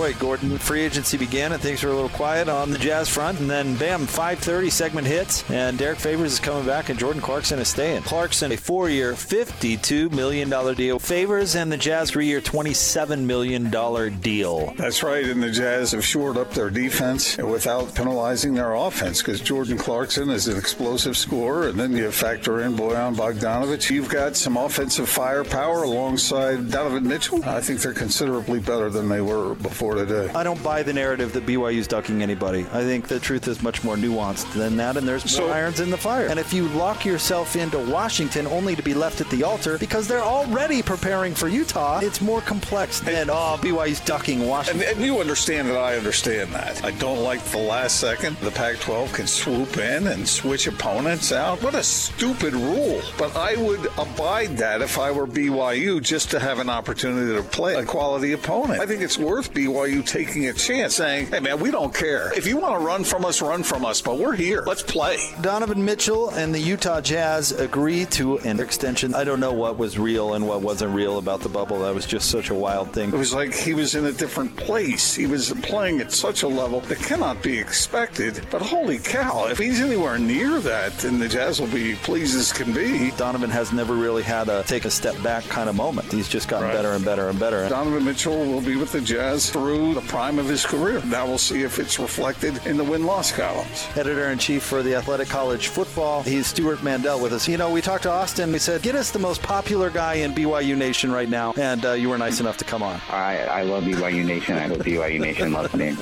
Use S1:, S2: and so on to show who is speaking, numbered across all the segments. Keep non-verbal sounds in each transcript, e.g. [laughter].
S1: right, Gordon. Free agency began and things were a little quiet on the Jazz front, and then bam, 5:30 segment hits, and Derek Favors is coming back, and Jordan Clarkson is staying. Clarkson a four-year, 52 million dollar deal. Favors and the Jazz three-year, 27 million dollar deal.
S2: That's right, and the Jazz have shored up their defense without penalizing their offense because Jordan Clarkson is an explosive scorer, and then you factor in Boyan Bogdanovich. You've got some offensive firepower alongside Donovan Mitchell. I think they're considerably better than they were before today.
S1: I don't buy the narrative that BYU's ducking anybody. I think the truth is much more nuanced than that, and there's more
S2: So-
S1: irons in the fire. And if you lock yourself into Washington only to be left at the altar because they're already preparing for Utah, it's more complex than, oh, BYU's ducking Washington.
S2: And, and you understand that I understand that. I don't like the last second. The Pac 12 can swoop in and switch opponents out. What a stupid rule. But I would abide that if I were BYU just to have an opportunity to play a quality opponent. I think it's worth BYU taking a chance saying, hey, man, we don't care. If you want to run from us, run from us, but we're here. Let's play.
S1: Donovan Mitchell and the Utah Jazz agree to an extension. I don't know what was real and what wasn't real about the bubble. That was just such a wild thing.
S2: It was like he was in a different place. He was playing at such a level that cannot be expected. But holy cow, if he's anywhere near that, then the Jazz will be pleased as can be.
S1: Donovan has never really had a take a step back kind of moment. He's just gotten
S2: Right.
S1: better and better and better.
S2: Donovan Mitchell will be with the Jazz through the prime of his career. Now we'll see if it's reflected in the win loss columns.
S1: editor in chief for the Athletic College Football. He's Stuart Mandel with us. You know, we talked to Austin. We said, get us the most popular guy in BYU Nation right now. And uh, you were nice enough to come on.
S3: I, I love BYU Nation. I hope BYU Nation loves me.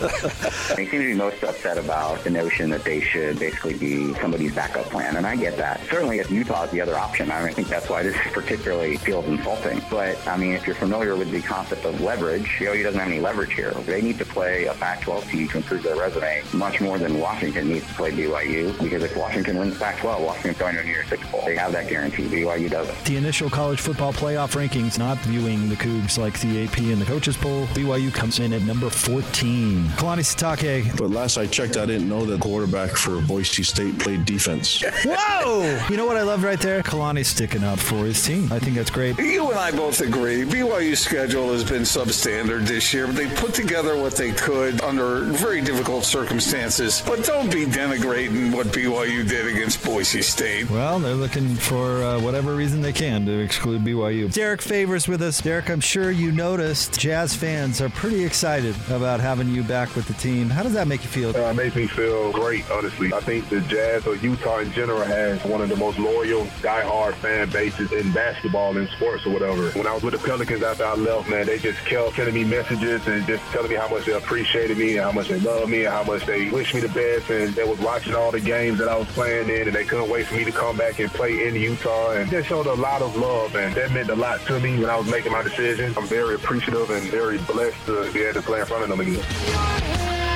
S3: They seem to be most upset about the notion that they should basically be somebody's backup plan, and I get that. Certainly, if Utah is the other option, I, mean, I think that's why this particularly feels insulting. But I mean, if you're familiar with the concept of leverage, BYU doesn't have any leverage here. They need to play a Pac-12 team to improve their resume much more than Washington needs to play BYU because if Washington wins Pac-12, Washington's going to a New Year's Six bowl. They have that guarantee. BYU doesn't.
S4: The initial college football playoff rankings not viewing the Cougs like the AP and the coaches poll. BYU comes in at number 14. Kalani Sitake.
S5: But last I checked, I didn't know that quarterback for Boise State played defense.
S4: Whoa! you know what I loved right there? Kalani sticking up for his team. I think that's great.
S2: You and I both agree. BYU's schedule has been substandard this year, but they put together what they could under very difficult circumstances. But don't be denigrating what BYU did against Boise State.
S4: Well, they're looking for uh, whatever reason they can to exclude BYU. Derek Favors with us. Derek, I'm sure you noticed Jazz fans are pretty excited about having you back with the team. How does that make you feel?
S6: Uh, it makes me feel great, honestly. I think the Jazz or Utah in general has one of the most loyal, diehard fan bases in basketball and sports or whatever. When I was with the Pelicans after I left, man, they just kept sending me messages and just telling me how much they appreciated me and how much they loved me and how much they wished me the best. And they was watching all the games that I was playing in and they couldn't wait for me to come back and play in Utah. And they showed a lot of love and that meant a lot to me when I was making my decision. I'm very appreciative and very blessed to be able to play in front of them again.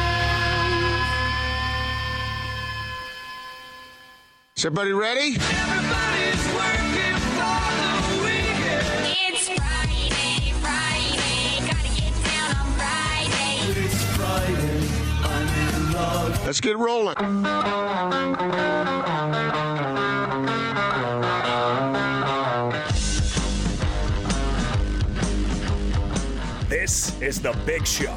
S7: Is everybody ready?
S8: It's Friday, Friday, gotta get down on Friday.
S7: Let's get rolling.
S9: This is The Big Show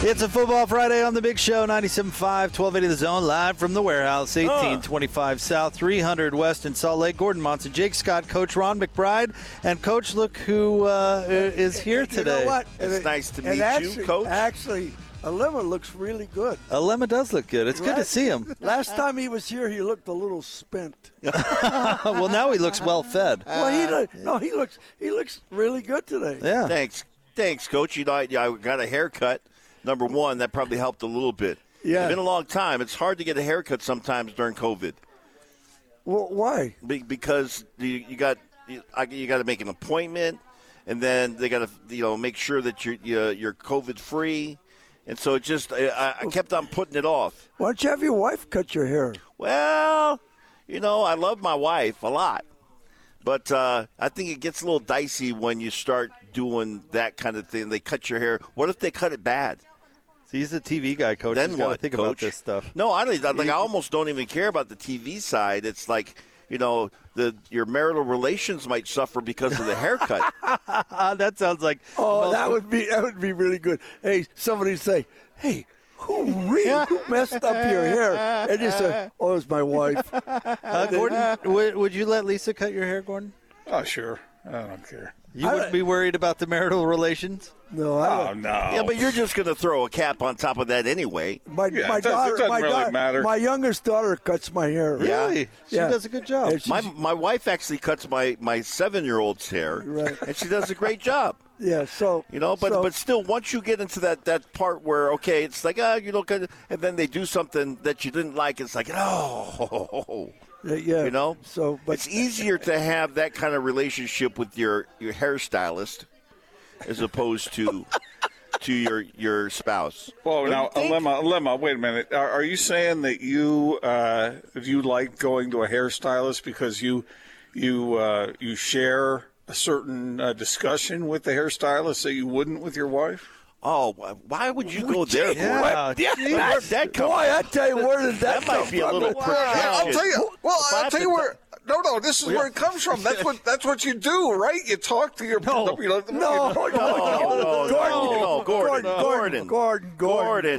S1: It's a Football Friday on the Big Show, 97.5, 1280 The Zone, live from the warehouse, 1825 South, 300 West in Salt Lake. Gordon Monson, Jake Scott, Coach Ron McBride, and Coach, look who uh,
S10: [laughs]
S1: is here today.
S10: You know what?
S11: It's nice to
S10: and
S11: meet you,
S10: actually,
S11: Coach.
S10: Actually, Alema looks really
S11: [laughs]
S10: good.
S1: Alema does look good. It's good to
S10: Right?
S1: see
S10: [laughs]
S1: him. Uh,
S10: Last time he was here, he looked a little spent.
S1: well, now he looks well fed.
S10: well, he look, no, he looks he looks really good today.
S1: Yeah.
S11: Thanks, thanks, Coach. You know, I, I got a haircut. Number one, that probably helped a little bit.
S10: Yeah.
S11: it's been a long time. It's hard to get a haircut sometimes during COVID
S10: Well, why?
S11: Be- because you, you got you, I- you got to make an appointment, and then they got to you know make sure that you're you- you're COVID free, and so it just I- I, I kept on putting it off.
S10: Why don't you have your wife cut your hair?
S11: Well, you know, I love my wife a lot, But uh, I think it gets a little dicey when you start doing that kind of thing. They cut your hair. What if they cut it bad?
S12: See, he's a TV guy, coach.
S11: Then
S12: He's gotta
S11: what,
S12: think about
S11: coach?
S12: this stuff.
S11: No, I don't. Like I almost don't even care about the TV side. It's like you know, the your marital relations might suffer because of the haircut.
S12: [laughs] that sounds like
S10: oh, that would be that would be really good. Hey, somebody say, hey. Who really who messed up your hair? And you say, "Oh, it's my wife."
S12: Uh, Gordon, would, would you let Lisa cut your hair, Gordon?
S2: Oh, sure. I don't care.
S12: You wouldn't be worried about the marital relations?
S10: No, I
S2: Oh, no.
S11: Yeah, but you're just going to throw a cap on top of that anyway.
S10: My, my daughter, my daughter, my youngest daughter cuts my hair.
S11: Yeah.
S12: She
S10: Yeah.
S12: does a good job.
S10: And she's-
S11: My my wife actually cuts my my seven year old's hair,
S10: Right.
S11: and she does a great job.
S10: [laughs] yeah. So
S11: You know, but
S10: so-
S11: but still, once you get into that that part where okay, it's like ah, you know, and then they do something that you didn't like. It's like oh,
S10: Yeah, yeah.
S11: you know.
S10: So, but
S11: it's easier to have that kind of relationship with your your hairstylist as opposed to to your your spouse.
S2: Well,
S11: Don't
S2: now,
S11: you think?
S2: Lemma, Lemma, wait a minute. Are, are you saying that you uh, you like going to a hairstylist because you you uh, you share a certain uh, discussion with the hairstylist that you wouldn't with your wife?
S11: Oh, wh- why would you go there?
S2: Yeah,
S11: Gordon? Where'd that come
S10: boy, I tell you, where did that,
S11: That might
S10: come
S11: be a
S10: from?
S11: little projection.
S2: I'll tell you. Well,
S11: If I
S2: I'll
S11: have
S2: tell
S11: to
S2: you
S11: d-
S2: where. No, no, this is where it comes from. That's what that's what you do, right? You talk to your
S12: No.
S2: you know,
S10: No,
S2: [laughs]
S10: no,
S11: no,
S10: no, Gordon,
S11: no, Gordon,
S10: Gordon, Gordon, Gordon, Gordon,
S11: Gordon, Gordon,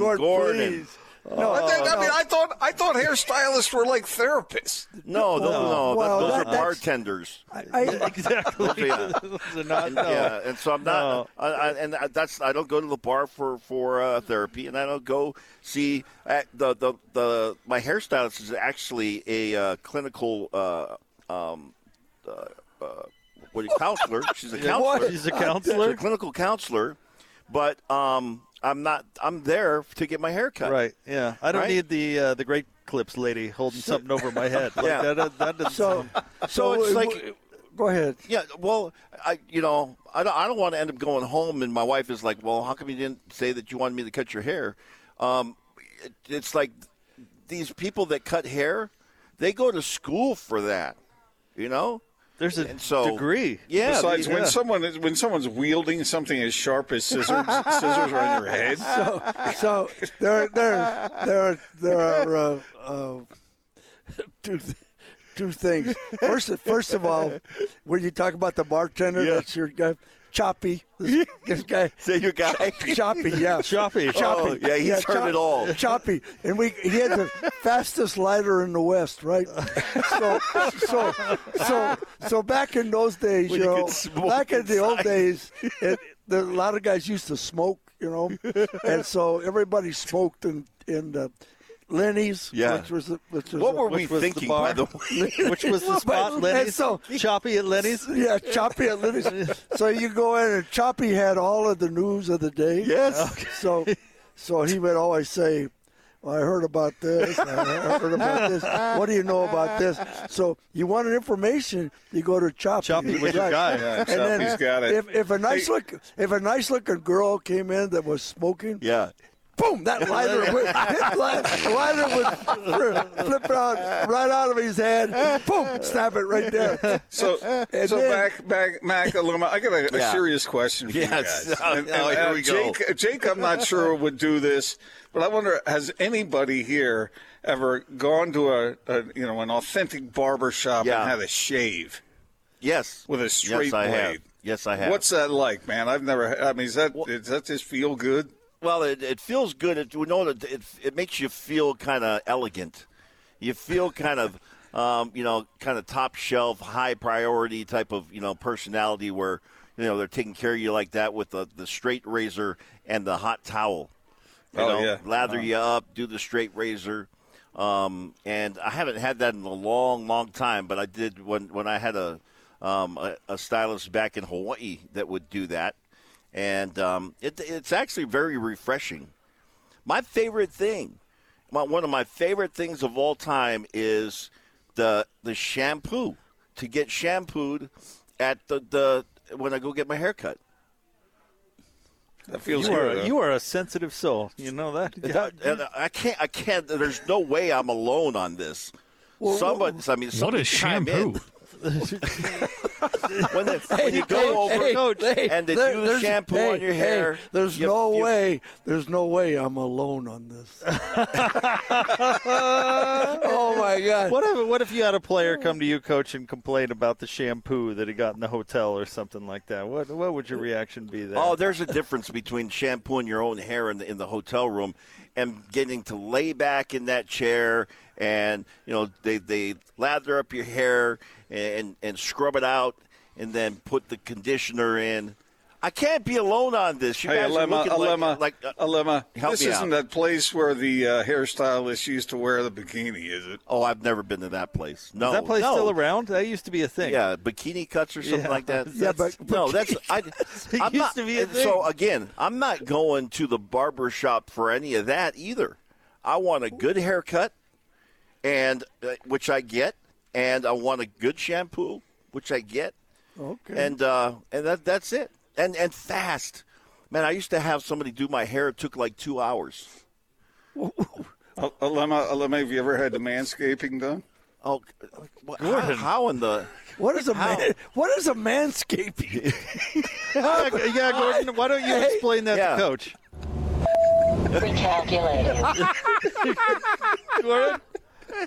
S10: Gordon,
S11: Gordon.
S10: please. No,
S2: I, think,
S10: no.
S2: I mean, I thought I thought hairstylists were like therapists.
S11: No, no, no.
S10: Oh. Well,
S11: that, those
S10: that-
S11: are
S10: that's-
S11: bartenders. [laughs]
S10: I-
S12: [laughs] exactly.
S11: Yeah.
S12: Those are not-
S11: And,
S12: no.
S11: Yeah, and so I'm not, I, I, and I- that's I don't go to the bar for for uh, therapy, and I don't go see uh, the the the my hairstylist is actually a uh, clinical uh, um, uh, uh, what do you counselor? She's
S12: [laughs]
S11: a
S12: What?
S11: counselor.
S12: She's a
S11: She's
S12: counselor?
S11: a clinical counselor, but um, I'm not. I'm there to get my hair cut.
S12: Right, yeah. I don't
S11: Right?
S12: need the uh, the great clips lady holding something over my head. Like,
S11: Yeah.
S12: that, that, doesn't
S10: So,
S12: sound-
S10: so
S11: it's
S10: it-
S11: like-
S10: go ahead.
S11: Yeah, well, I you know I don't I don't want to end up going home and my wife is like, well, how come you didn't say that you wanted me to cut your hair? Um, it, it's like these people that cut hair, they go to school for that, you know.
S12: There's a
S11: And so
S12: degree.
S11: Yeah,
S2: Besides,
S11: the-
S2: when someone is, when someone's wielding something as sharp as scissors, scissors are in your head.
S10: So Oh, there, there, there, there are uh, uh, two, th- two things. First, first of all, when you talk about the bartender, that's your guy,
S11: [laughs]
S10: Choppy. This, this [laughs] guy,
S11: say your guy.
S10: Choppy, yeah,
S12: Choppy.
S10: [laughs] Choppy.
S11: Oh, yeah, he's heard
S10: Chop-
S11: it all.
S10: Choppy, and we he had the
S11: [laughs]
S10: fastest lighter in the West, right? So, so, so, so back in those days,
S11: When
S10: you
S11: you
S10: know,
S11: could smoke
S10: back in the old
S11: inside.
S10: days, it, there, a lot of guys used to smoke, you
S11: [laughs]
S10: know, and so everybody smoked in in the Lenny's,
S11: Yeah.
S10: which was the, which was
S11: what
S10: the-
S11: were
S12: Which
S11: we
S12: was the
S11: thinking,
S12: bar.
S11: by the
S10: [laughs]
S11: way?
S12: Which was the
S10: But-
S12: spot,
S10: and
S12: Lenny's?
S10: so-
S12: Choppy at Lenny's?
S10: [laughs] yeah, Choppy at Lenny's. so you go in, and Choppy had all of the news of the day.
S11: Yes.
S10: So, so he would always say, well, "I heard about this. I heard about this. What do you know about this?" So you wanted information, you go to Choppy.
S12: Choppy was your
S10: Right.
S12: guy.
S2: Yeah,
S10: And then
S2: Choppy's got it.
S10: If, if a nice
S2: Hey.
S10: look, if a nice looking girl came in that was smoking,
S11: yeah.
S10: boom, that lighter
S11: [laughs]
S10: would, that li- lighter would fr- flip it out right out of his hand, boom, snap it right there.
S2: So,
S10: [laughs] And
S2: so
S10: then-
S2: back, back, Mac, Aluma, I got a, a
S11: Yeah.
S2: serious question for
S11: Yes.
S12: [laughs]
S2: you guys. uh,
S11: Oh, no, here we go.
S2: Jake, Jake, I'm not sure would do this, but I wonder, has anybody here ever gone to a, a you know, an authentic barber shop
S11: Yeah.
S2: and had a shave
S11: Yes.
S2: with a straight
S11: yes, I
S2: blade?
S11: Have. Yes, I have.
S2: What's that like, man? I've never. I mean, is that does that just feel good?
S11: Well, it, it feels good. It, you know, it, it, it makes you feel kind of elegant. You feel
S2: [laughs]
S11: kind of, um, you know, kind of top shelf, high priority type of, you know, personality where, you know, they're taking care of you like that with the, the straight razor and the hot towel. You
S2: Oh,
S11: know,
S2: yeah.
S11: lather you up, do the straight razor. Um, and I haven't had that in a long, long time, but I did when, when I had a, um, a, a stylist back in Hawaii that would do that. And um, it, it's actually very refreshing. My favorite thing, my, one of my favorite things of all time is the the shampoo to get shampooed at the, the when I go get my haircut.
S2: That feels
S12: You
S2: good. uh,
S12: are,
S2: huh?
S12: you are a sensitive soul. You know
S11: [laughs]
S12: that? Yeah.
S11: And I can't. I can't. There's no way I'm alone on this. Somebody. I mean,
S5: What
S11: somebody
S5: is
S11: chime in.
S5: shampoo?
S11: [laughs] when, the, when you go over and they
S10: there-
S11: do the
S10: there's-
S11: shampoo
S10: hey,
S11: on your
S10: hey,
S11: hair,
S10: there's
S11: you-
S10: no
S11: you-
S10: way. There's no way
S13: [laughs]
S10: I'm alone on this. oh my God!
S12: What if what if you had a player come to you, coach, and complain about the shampoo that he got in the hotel or something like that? What what would your
S2: Uh,
S12: reaction be there?
S11: Oh, there's a difference between shampooing your own hair in the, in the hotel room and getting to lay back in that chair and, you know, they, they lather up your hair and, and scrub it out and then put the conditioner in. I can't be alone on this. You
S2: hey,
S11: guys are
S2: Alema,
S11: looking
S2: Alema,
S11: like, like uh,
S2: Alema.
S11: help
S2: this
S11: me out.
S2: isn't that place where the uh, hairstylist used to wear the bikini, is it?
S11: Oh, I've never been to that place. No,
S12: Is that place
S11: no.
S12: still around? That used to be a thing.
S11: Yeah, bikini cuts or something
S12: Yeah.
S11: like that.
S12: [laughs] Yeah,
S11: That's-
S12: but-
S11: no, that's I.
S12: [laughs] It
S11: I'm
S12: used
S11: not,
S12: to be a
S11: and So
S12: thing.
S11: again, I'm not going to the barber shop for any of that either. I want a good haircut, and uh, which I get, and I want a good shampoo, which I get,
S10: Okay.
S11: and uh, and that that's it. And and fast, man. I used to have somebody do my hair. It took like two hours.
S2: Al- Alema, Alema, uh, have you ever had the manscaping done?
S11: Oh, how, how in the
S10: What is a
S11: How?
S10: man, what is a manscaping?
S12: Yeah, yeah, Gordon, why don't you explain that
S11: Yeah.
S12: to coach?
S2: [laughs]
S12: Gordon?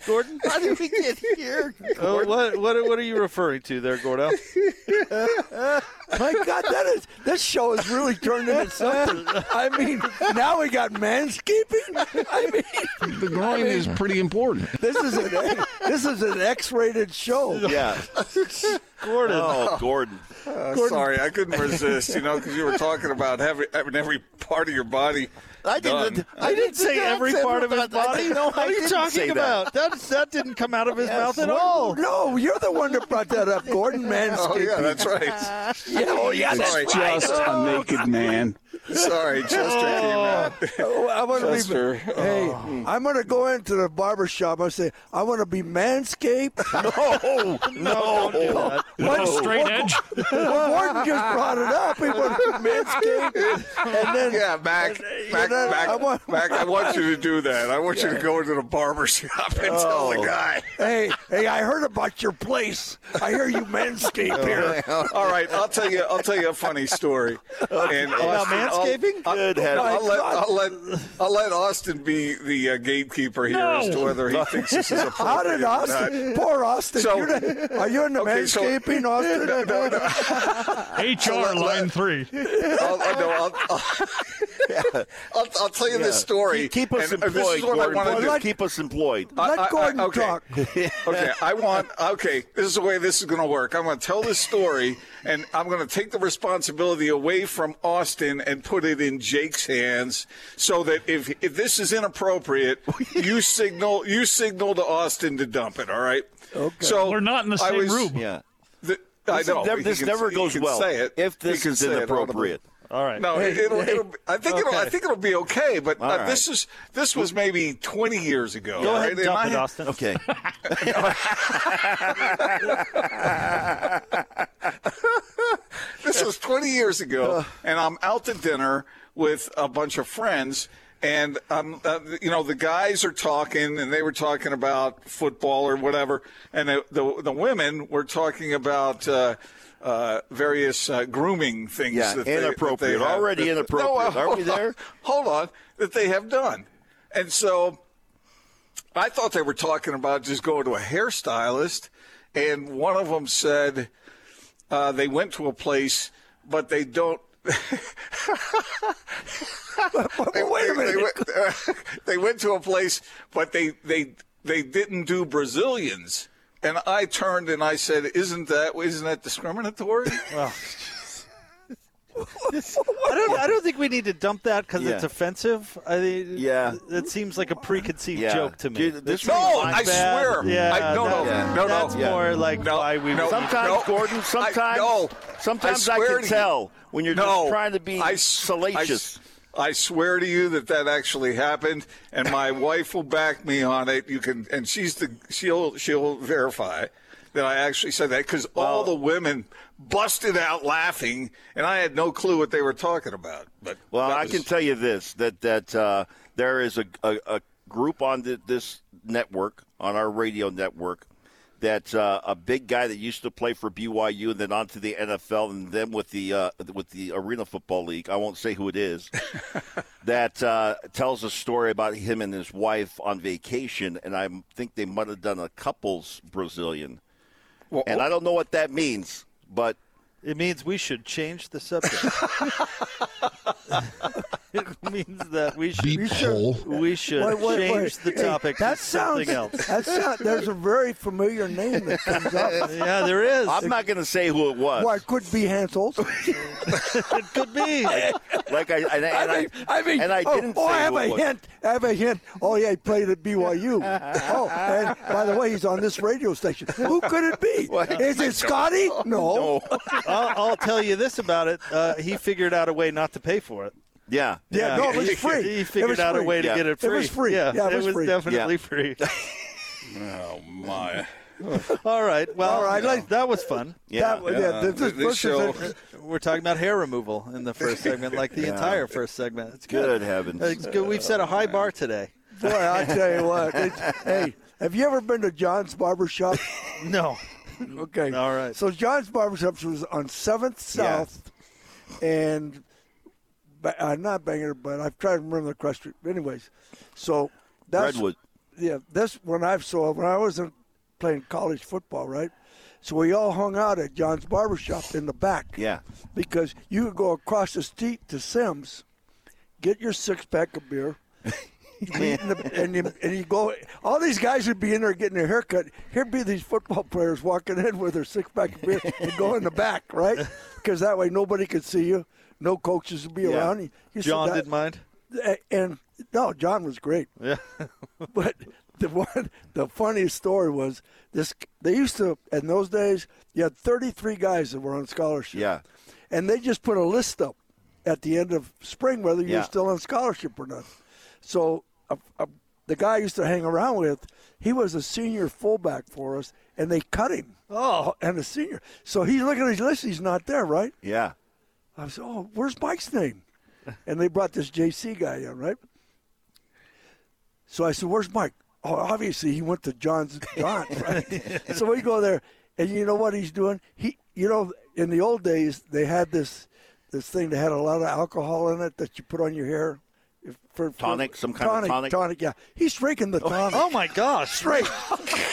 S12: Gordon?
S11: How did we
S12: [laughs]
S11: get here?
S12: Uh, what, what, what are you referring to there, Gordo?
S10: My God, that is this show has really turned into something. I mean, now we got manscaping. I mean,
S5: The groin is pretty important.
S10: this is an this is an X-rated show.
S11: Yeah,
S12: Gordon.
S11: oh Gordon.
S2: Uh, sorry, I couldn't resist, you know, because you were talking about having, having every part of your body.
S11: I
S2: done.
S11: didn't. I,
S12: didn't say every part of his body.
S11: No,
S12: what are you talking about? That. that didn't come out of his mouth at all.
S10: No, you're the one that brought that up,
S12: [laughs]
S10: Gordon
S2: Oh,
S10: Manscaping.
S2: yeah, that's [laughs] right.
S10: Yeah, oh, yeah, that's
S2: Sorry.
S10: right.
S5: Just a naked man.
S2: Sorry, Chester came out.
S10: Oh, I want to be.
S2: Chester.
S10: Hey,
S2: Oh.
S10: I'm going to go into the barber shop. I say, I want to
S2: [laughs]
S10: be manscaped.
S11: No, no,
S10: One-
S13: Straight
S10: one-
S13: edge.
S10: Well, Gordon just brought it up. He wanted to be manscaped, and then [laughs]
S2: Yeah, Mac, Mac,
S10: know,
S2: Mac,
S10: I want-
S2: Mac, I want you to do that. I want you to go into the barber shop and tell
S10: Oh,
S2: the guy.
S10: hey, hey, I heard about your place. I hear you
S2: Oh,
S10: manscape here.
S2: All right, I'll tell you. I'll tell you a funny story. And Austin,
S12: manscaping?
S2: I'll,
S11: Good
S2: I'll,
S11: heavens.
S2: I'll, let, I'll let I'll let Austin be the uh, gatekeeper here as to whether he thinks this is appropriate.
S10: [laughs] How did
S2: or not.
S10: Austin? [laughs] Poor Austin.
S2: So-
S10: You're the- are you in the
S2: Okay, so-
S10: manscaping, Austin?
S13: HR line three.
S2: I'll, I'll, no,
S10: [laughs]
S2: I'll, I'll, I'll, [laughs] I'll tell you this story.
S11: Keep us
S2: and, and this
S11: employed,
S2: is what I want to
S11: Gordon.
S2: do.
S10: Well,
S11: Keep us employed.
S10: Let
S2: I- I-
S10: Gordon
S2: okay.
S10: talk.
S2: [laughs] okay, I want. Okay, this is the way this is going to work. I'm going to tell this story, and I'm going to take the responsibility away from Austin and put it in Jake's hands, so that if if this is
S11: [laughs]
S2: inappropriate, you signal you signal to Austin to dump it. All right. Okay. So
S13: We're not in the
S2: I
S13: same
S2: was-
S13: room.
S11: Yeah.
S2: The, I
S11: This,
S2: know
S11: never,
S2: he
S11: this
S2: can-
S11: never
S2: he
S11: goes
S2: can
S11: well.
S2: say it.
S11: If
S2: He
S11: this
S2: can
S11: is
S2: say it audibly.
S11: inappropriate.
S12: All right.
S2: No, it- it'll, it'll, I think it'll. I
S12: Okay.
S2: think it'll be okay. But uh,
S11: All right.
S2: this is this was maybe 20 years ago.
S12: Go ahead
S2: right?
S12: and
S2: And I
S12: dump it,
S2: had-
S12: Austin. [laughs]
S11: Okay.
S2: This was 20 years
S11: Uh.
S2: ago, and I'm out to dinner with a bunch of friends. And um, uh, you know the guys are talking, and they were talking about football or whatever, and the the, the women were talking about uh, uh, various uh, grooming things.
S11: Yeah,
S2: that they- that they
S11: inappropriate.
S2: have-
S11: Already
S2: that-
S11: inappropriate.
S2: uh,
S11: Are we
S2: hold on.
S11: there?
S2: [laughs] hold on, that they have done. And so I thought they were talking about just going to a hairstylist, and one of them said uh, they went to a place, but they don't. [laughs] they, wait a minute. They went, uh, [laughs] they went to a place, but they they they didn't do Brazilians. And I turned and I said, "Isn't that isn't that discriminatory?"
S12: I don't. I don't think we need to dump that because
S11: Yeah.
S12: it's offensive. I think.
S11: Yeah.
S12: That seems like a preconceived
S11: Yeah.
S12: joke to me.
S11: Dude, this
S2: no,
S11: reminds-
S2: I swear.
S12: Yeah.
S2: I, no, no,
S12: that-
S11: Yeah.
S2: no, no.
S12: That's
S11: Yeah.
S12: more like
S2: No,
S12: why we.
S2: no.
S12: would-
S11: Sometimes,
S2: No.
S11: Gordon. Sometimes,
S2: I- no.
S11: sometimes
S2: I
S11: I,
S2: swear
S11: can
S2: to you.
S11: tell when you're just trying to be
S2: I s-
S11: salacious.
S2: I, s- I swear to you that that actually happened, and
S11: [laughs]
S2: my wife will back me on it. You can, and she's the she'll she'll verify that I actually said that because all the women busted out laughing, and I had no clue what they were talking about. But
S11: Well,
S2: that
S11: I
S2: was-
S11: can tell you this: that that uh, there is a, a, a group on th- this network, on our radio network, that uh, a big guy that used to play for BYU and then on to the NFL and then with the uh, with the Arena Football League. I won't say who
S12: [laughs]
S11: it is. that uh, tells a story about him and his wife on vacation, and I think they might have done a couples Brazilian. and I don't know what that means, but
S12: it means we should change the subject. it means that we should we should
S10: Wait, wait,
S12: change
S10: wait.
S12: the
S10: Hey,
S12: topic
S10: that
S12: to
S10: sounds,
S12: something else.
S10: That sound, there's a very familiar name that comes up.
S12: yeah, there is.
S11: I'm not going to say who it was.
S10: Well, it could be Hans Olsen.
S12: it could be.
S11: Like I, and, I- and
S10: I mean, I, mean,
S11: and I
S10: oh,
S11: didn't.
S10: oh,
S11: say
S10: I have
S11: who it
S10: a
S11: was.
S10: hint. I have a hint. Oh, yeah, he played at BYU. oh, and by the way, he's on this radio station. Who could it be? Is it Scotty? No.
S12: I'll, I'll tell you this about it. Uh, he figured out a way not to pay for it.
S11: Yeah.
S10: Yeah, no, it was
S12: he,
S10: free.
S12: He
S10: It
S12: figured
S10: was
S12: out a
S10: free.
S12: way to
S10: Yeah.
S12: get it
S10: It
S12: free.
S10: was free.
S12: Yeah,
S10: Yeah, it was free.
S12: definitely
S10: Yeah.
S12: free.
S2: Oh my!
S12: All right. Well,
S10: All right, let's-
S12: that was fun.
S10: Yeah. That-
S2: uh,
S10: yeah, this- this- this show-
S12: We're talking about hair removal in the first segment, like the
S11: Yeah.
S12: entire first segment. It's good.
S11: Good heavens. Oh,
S12: It's good. We've set a high bar today.
S10: Boy, I tell you what.
S11: [laughs]
S10: It's, hey, have you ever been to John's Barber Shop?
S12: [laughs] No.
S10: Okay. All right. So John's Barber Shop was on Seventh South, and ba- uh, not Bangor, but I've tried to remember the cross street. Anyways, so that's
S11: Redwood.
S10: Yeah, that's when I saw when I was in, playing college football, right? So we all hung out at John's Barber Shop in the back
S11: Yeah.
S10: because you could go across the street to Sims, get your six pack of beer, meet in the- and, you, and you go. All these guys would be in there getting their haircut. Here'd be these football players walking in with their six pack of beer and go in the back, right? Because that way nobody could see you. No coaches would be
S12: Yeah.
S10: around. You, you sit
S12: John
S10: down-
S12: didn't mind.
S10: a- and no, John was great.
S12: Yeah.
S10: [laughs] but the one, the funniest story was this: they used to in those days, you had 33 guys that were on scholarship.
S11: Yeah.
S10: and they just put a list up at the end of spring whether you're
S11: Yeah.
S10: still on scholarship or not. So uh, uh, the guy I used to hang around with, he was a senior fullback for us, and they cut him. Oh, and a senior. So he's looking at his list; he's not there, right?
S11: Yeah.
S10: I said, "Oh, where's Mike's name?" And they brought this JC guy in, right? So I said, "Where's Mike?" Oh, obviously he went to John's [laughs]
S12: [laughs]
S10: John. Right? so we go there, and you know what he's doing? He, you know, in the old days they had this this thing that had a lot of alcohol in it that you put on your hair. if- For, for-
S11: Tonic, some kind of tonic?
S10: tonic. Yeah, he's drinking the tonic.
S12: Oh my gosh!
S10: Straight.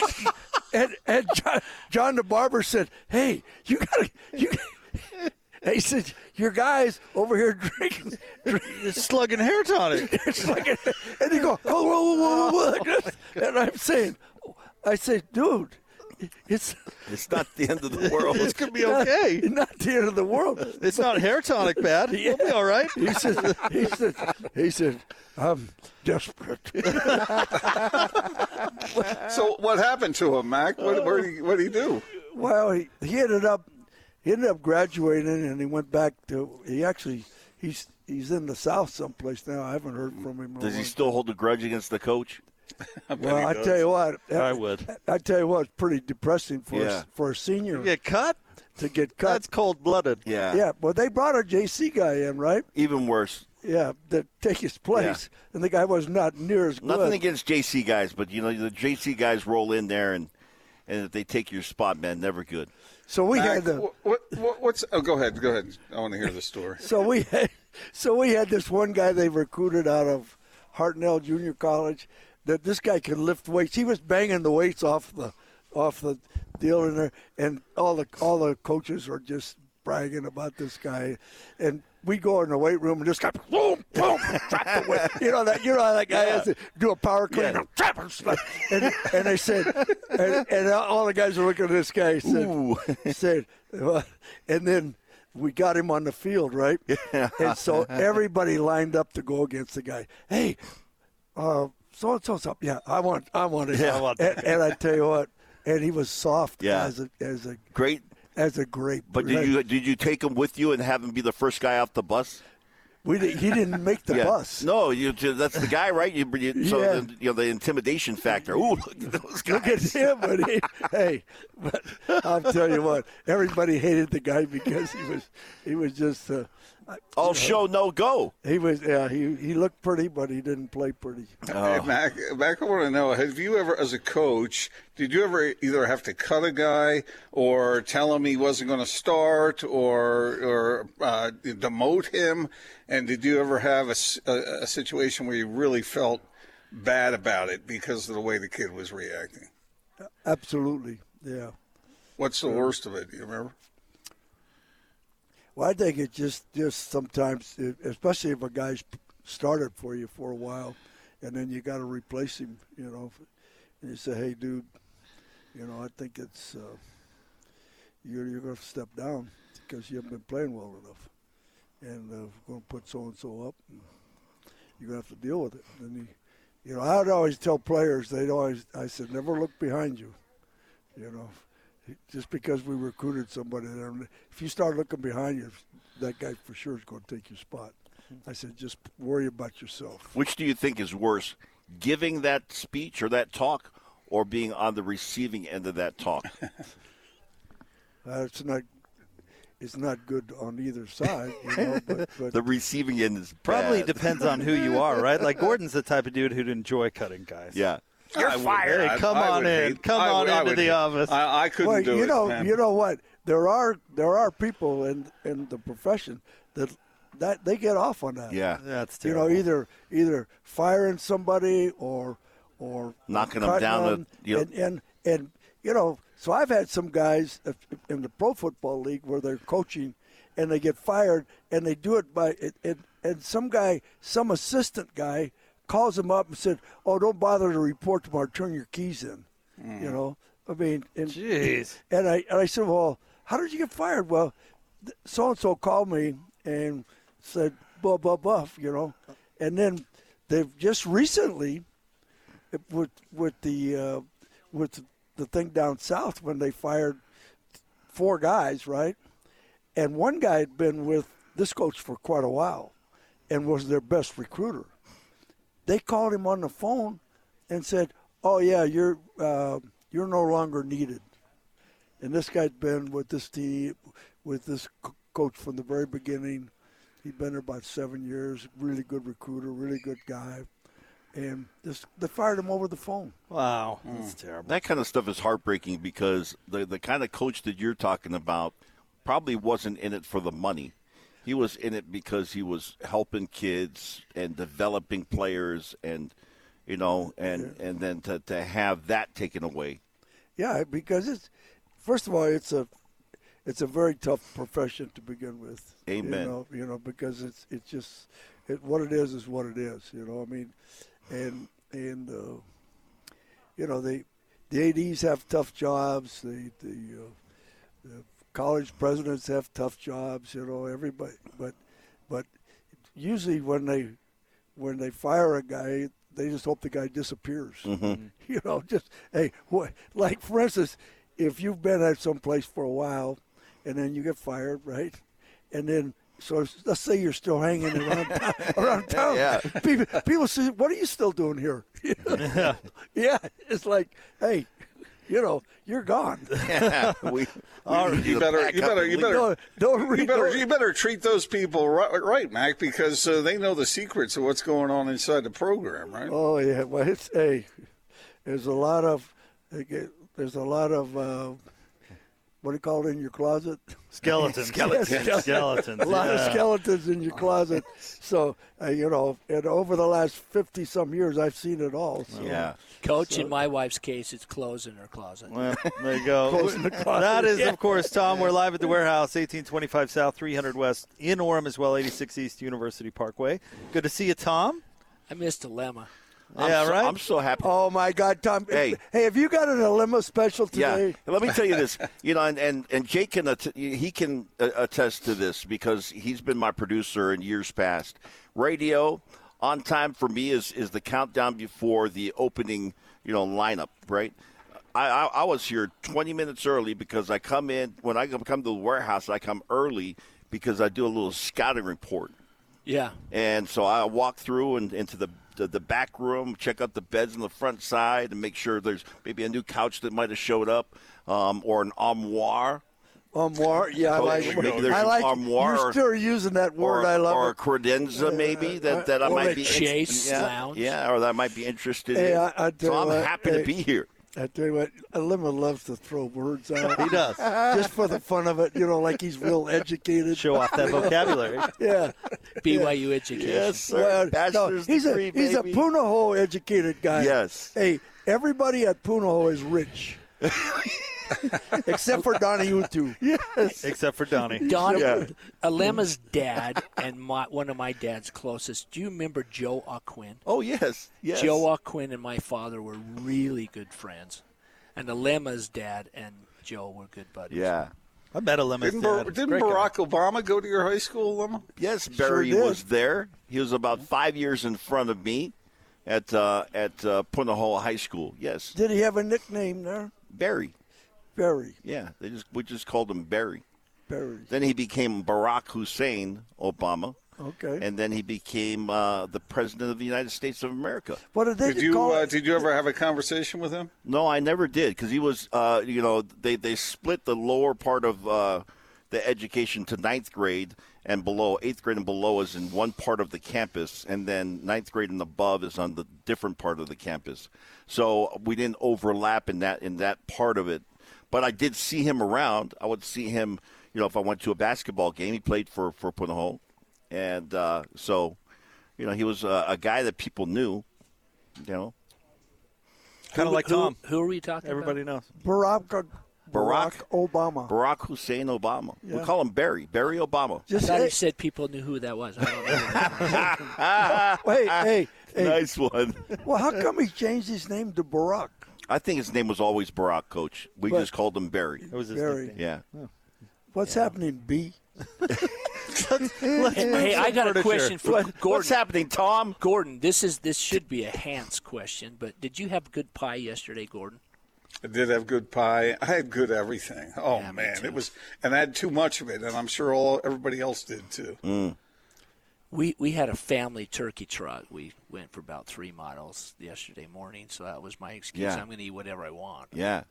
S11: [laughs]
S10: and and John, John the barber said, "Hey, you gotta you." [laughs] He said, "Your guys over here [laughs] drinking, drinking
S12: slugging hair tonic."
S10: slugging, and they go, "Oh, whoa, whoa, whoa, whoa!" like this. and I'm saying, "I said, dude, it's
S11: It's not the end of the world.
S12: This could be
S10: not,
S12: okay.
S10: not the end of the world."
S12: It's not hair tonic bad. We'll be all right.
S10: He said, "He said, he said, I'm desperate."
S11: Uh,
S2: So what happened to him, Mac? What where, did he- what did he do?
S10: Well, he, he ended up he ended up graduating, and he went back to he actually he's he's in the South someplace now. I haven't heard from him. in a
S11: Does he
S10: long-
S11: still hold a grudge against the coach?
S10: well, I tell you what,
S12: I would.
S10: I tell you what, it's pretty depressing for
S11: Yeah.
S10: a, for a senior
S12: Get cut?
S10: to get cut.
S12: That's cold blooded.
S11: Yeah.
S10: yeah, well, they brought a JC guy in, right?
S11: Even worse.
S10: Yeah, to take his place, and the guy was not near as good.
S11: Nothing against JC guys, but you know the JC guys roll in there and and if they take your spot, man, never good.
S10: so we
S2: Mac,
S10: had the
S2: wh- what, what, what's? Oh, go ahead, go ahead. I want to hear the story.
S10: So we had, so we had this one guy they recruited out of Hartnell Junior College. That this guy could lift weights. He was banging the weights off the off the deal in there, and all the all the coaches are just bragging about this guy. And we go in the weight room and this guy boom boom [laughs] drop the weight. You know that you know how that guy has to do a power clean
S11: Yeah.
S10: drop him. [laughs] slap. And, and they said, and, and all the guys are looking at this guy. He said, [laughs]
S11: [laughs]
S10: said, well, [laughs] and then we got him on the field, right? and so everybody lined up to go against the guy. Hey, uh, so and so's up. Yeah, I want, I want it.
S11: Yeah, I want
S10: and, and I tell you what, and he was soft
S11: Yeah.
S10: as a as a
S11: Great.
S10: as a grape.
S11: But did
S10: right?
S11: you did you take him with you and have him be the first guy off the bus?
S10: We did, he didn't make the
S11: yeah.
S10: bus.
S11: No, you that's the guy, right? You, you so
S10: Yeah.
S11: the, you know the intimidation factor. Ooh, look at those guys.
S10: Look at him, but he, hey, but I'll tell you what, everybody hated the guy because he was, he was just, uh,
S11: All show, no go.
S10: He was, yeah, he, he looked pretty, but he didn't play pretty.
S11: Oh.
S2: Hey, Mac, Mac, I want to know: Have you ever, as a coach, did you ever either have to cut a guy, or tell him he wasn't going to start, or or uh, demote him? And did you ever have a, s- a- a situation where you really felt bad about it because of the way the kid was reacting?
S10: Absolutely, yeah.
S2: What's the worst of it? Do you remember?
S10: Well, I think it just just sometimes, especially if a guy's started for you for a while, and then you got to replace him. You know, and you say, "Hey, dude, you know, I think it's uh, you're you're going to step down because you haven't been playing well enough, and uh, we're going to put so and so up. And you're going to have to deal with it." And he, you know, I'd always tell players they'd always I said, "Never look behind you," you know just because we recruited somebody there, if you start looking behind you, that guy for sure is going to take your spot. I said, just worry about yourself.
S11: Which do you think is worse, giving that speech or that talk, or being on the receiving end of that talk?
S10: Uh, it's not, it's not good on either side. You know, but, [laughs] but
S11: the receiving end is
S12: Probably
S11: bad.
S12: depends on who you are, right? Like Gordon's the type of dude who'd enjoy cutting guys.
S11: Yeah.
S12: You're
S2: I would-
S12: fired.
S2: I-
S12: Hey, come
S2: I
S12: on
S2: would
S12: in.
S2: hate-
S12: Come
S2: I
S12: on
S2: would- I
S12: into
S2: would
S12: the
S2: hate-
S12: office.
S2: I, I couldn't
S10: well,
S2: do
S10: you
S2: it.
S10: know,
S2: man.
S10: you know what? There are there are people in in the profession that that they get off on that.
S11: Yeah.
S12: That's
S10: You know, either either firing somebody or or
S11: Knocking 'em
S10: cutting
S11: down to-
S10: 'em.
S11: you know-
S10: and, and and you know. So I've had some guys in the pro football league where they're coaching, and they get fired, and they do it by and- and and some guy, some assistant guy, calls them up and said, "Oh, don't bother to report tomorrow. Turn your keys in." You know, I mean, and
S12: Jeez.
S10: and I and I said, "Well, how did you get fired?" Well, so and so called me and said, "Blah blah blah," you know, and then they've just recently it- with with the uh, with the thing down south when they fired four guys, right? And one guy had been with this coach for quite a while, and was their best recruiter. They called him on the phone and said, "Oh yeah, you're uh, you're no longer needed." And this guy's been with this team, with this co- coach from the very beginning. He'd been there about seven years. Really good recruiter, really good guy, and this, they fired him over the phone.
S12: Wow,
S10: Mm.
S12: that's terrible.
S11: That kind of stuff is heartbreaking because the the kind of coach that you're talking about probably wasn't in it for the money. He was in it because he was helping kids and developing players and you know and and then to, to have that taken away.
S10: Yeah, because it's first of all, it's a it's a very tough profession to begin with.
S11: Amen.
S10: You know, you know because it's it's just it, what it is is what it is. You know, I mean, and and uh, you know the the ads have tough jobs. The the, uh, the college presidents have tough jobs. You know, everybody. But but usually when they when they fire a guy, they just hope the guy disappears. [laughs] You know, just hey, what? Like for instance, if you've been at some place for a while, and then you get fired, right? And then so let's say you're still hanging
S11: [laughs]
S10: around town, around town.
S11: Yeah.
S10: People, people say, "What are you still doing here?" yeah. it's like, hey, you know, you're gone.
S11: [laughs] we,
S2: You- you better, you better, you better,
S10: Don't-
S11: [laughs]
S10: don't
S2: you
S10: read-
S2: better,
S10: don't-
S2: you better treat those people right, right Mac, because uh, they know the secrets of what's going on inside the program, right?
S10: Oh yeah, well it's hey, there's a lot of uh, there's a lot of uh, what do you call it in your closet? [laughs]
S12: Skeletons.
S10: Yeah,
S12: Skeletons. Skeletons.
S10: a lot
S12: yeah.
S10: of skeletons in your closet. So uh, you know, and over the last fifty some years, I've seen it all. So.
S11: Yeah.
S13: Coach, in my wife's case, it's clothes in her closet.
S12: Well, there you go.
S10: Close in the closet.
S12: that is, of course, Tom. We're live at the warehouse, 1825 South, 300 West, in Orem as well, 86 East University Parkway. Good to see you, Tom.
S13: I missed dilemma.
S11: I'm
S12: yeah,
S11: so,
S12: right.
S11: I'm so happy.
S10: Oh my God, Tom!
S11: Hey.
S10: hey, have you got an dilemma special
S11: Yeah,
S10: today?
S11: And let me tell you this. You know, and and, and Jake can att- he can uh, attest to this because he's been my producer in years past. Radio on time for me is is the countdown before the opening. You know, lineup right. I, I, I was here 20 minutes early because I come in when I come to the warehouse. I come early because I do a little scouting report.
S13: Yeah.
S11: And so I walk through and into the, the the back room, check out the beds on the front side, and make sure there's maybe a new couch that might have showed up, um, or an armoire
S10: Armoire, yeah, I
S11: Oh,
S10: like.
S11: maybe there's
S10: I
S11: an
S10: like.
S11: armoire
S10: You're still using that word.
S11: or,
S10: I love
S11: or
S10: it.
S11: a credenza maybe that, that I
S10: uh, or
S11: might
S10: a
S11: be
S10: Chase
S11: yeah,
S10: Lounge.
S11: yeah, or that I might be interested
S10: Hey,
S11: in.
S10: I- I tell
S11: so
S10: you
S11: I'm
S10: what,
S11: happy
S10: hey,
S11: to be here.
S10: I tell you what, Lima loves to throw words out.
S12: [laughs]
S11: He does.
S10: just for the fun of it, you know, like he's real educated.
S12: Show off that vocabulary.
S10: [laughs] yeah,
S13: BYU education. Yes, sir. Bachelor's
S10: he's a
S13: degree,
S10: he's a
S13: baby.
S10: Punahou educated guy.
S11: Yes.
S10: Hey, everybody at Punahou is
S12: [laughs]
S10: rich, except for Donnie Utu.
S12: Yes. Except for Donnie.
S13: Don uh,
S12: Yeah.
S13: Alema's dad and my, one of my dad's closest. Do you remember Joe Aquin?
S11: Oh yes, yes.
S13: Joe Aquin and my father were really good friends, and Alema's dad and Joe were good buddies.
S11: Yeah.
S12: I met a lemon.
S2: Didn't, Bar- didn't Barack Obama go to your high school, Lima?
S11: Yes,
S2: Sure
S11: Barry
S2: did.
S11: was there. He was about five years in front of me at uh, at uh, Punahou High School. Yes,
S10: Did he have a nickname there?
S11: Barry.
S10: Barry.
S11: Yeah, they just we just called him Barry.
S10: Barry.
S11: Then he became Barack Hussein Obama,
S10: Okay.
S11: and then he became uh, the president of the United States of America.
S10: What did
S2: Did you uh, did you ever have a conversation with him?
S11: No, I never did because he was, uh, you know, they, they split the lower part of uh, the education to ninth grade and below. Eighth grade and below is in one part of the campus, and then ninth grade and above is on the different part of the campus. So we didn't overlap in that in that part of it. But I did see him around. I would see him, you know, if I went to a basketball game. He played for for Punahou, and uh, so, you know, he was uh, a guy that people knew. You know,
S12: Kind of like
S13: who,
S12: Tom.
S13: Who are we talking
S12: Everybody knows.
S10: Barack
S11: Barack
S10: Obama.
S11: Barack Hussein Obama.
S13: Yeah.
S11: We call him Barry. Barry Obama.
S13: I thought you said people knew who that was. I don't know.
S11: [laughs]
S10: Wait, hey, hey.
S11: Nice one.
S10: Well, how come he changed his name to Barack?
S11: I think his name was always Barack, Coach. We
S10: But-
S11: just called him Barry. It
S12: was
S10: his Barry. nickname.
S11: Yeah.
S10: What's happening, B?
S13: hey, hey, I got a question for
S11: What-
S13: Gordon.
S11: What's happening, Tom?
S13: Gordon, this is this should be a Hans question, but did you have good pie yesterday, Gordon?
S2: I did have good pie. I had good everything. Oh man, it was, and I had too much of it, and I'm sure all everybody else did too.
S13: We we had a family turkey trot. We went for about three miles yesterday morning, so that was my excuse.
S11: Yeah.
S13: I'm going to eat whatever I want.
S11: Yeah.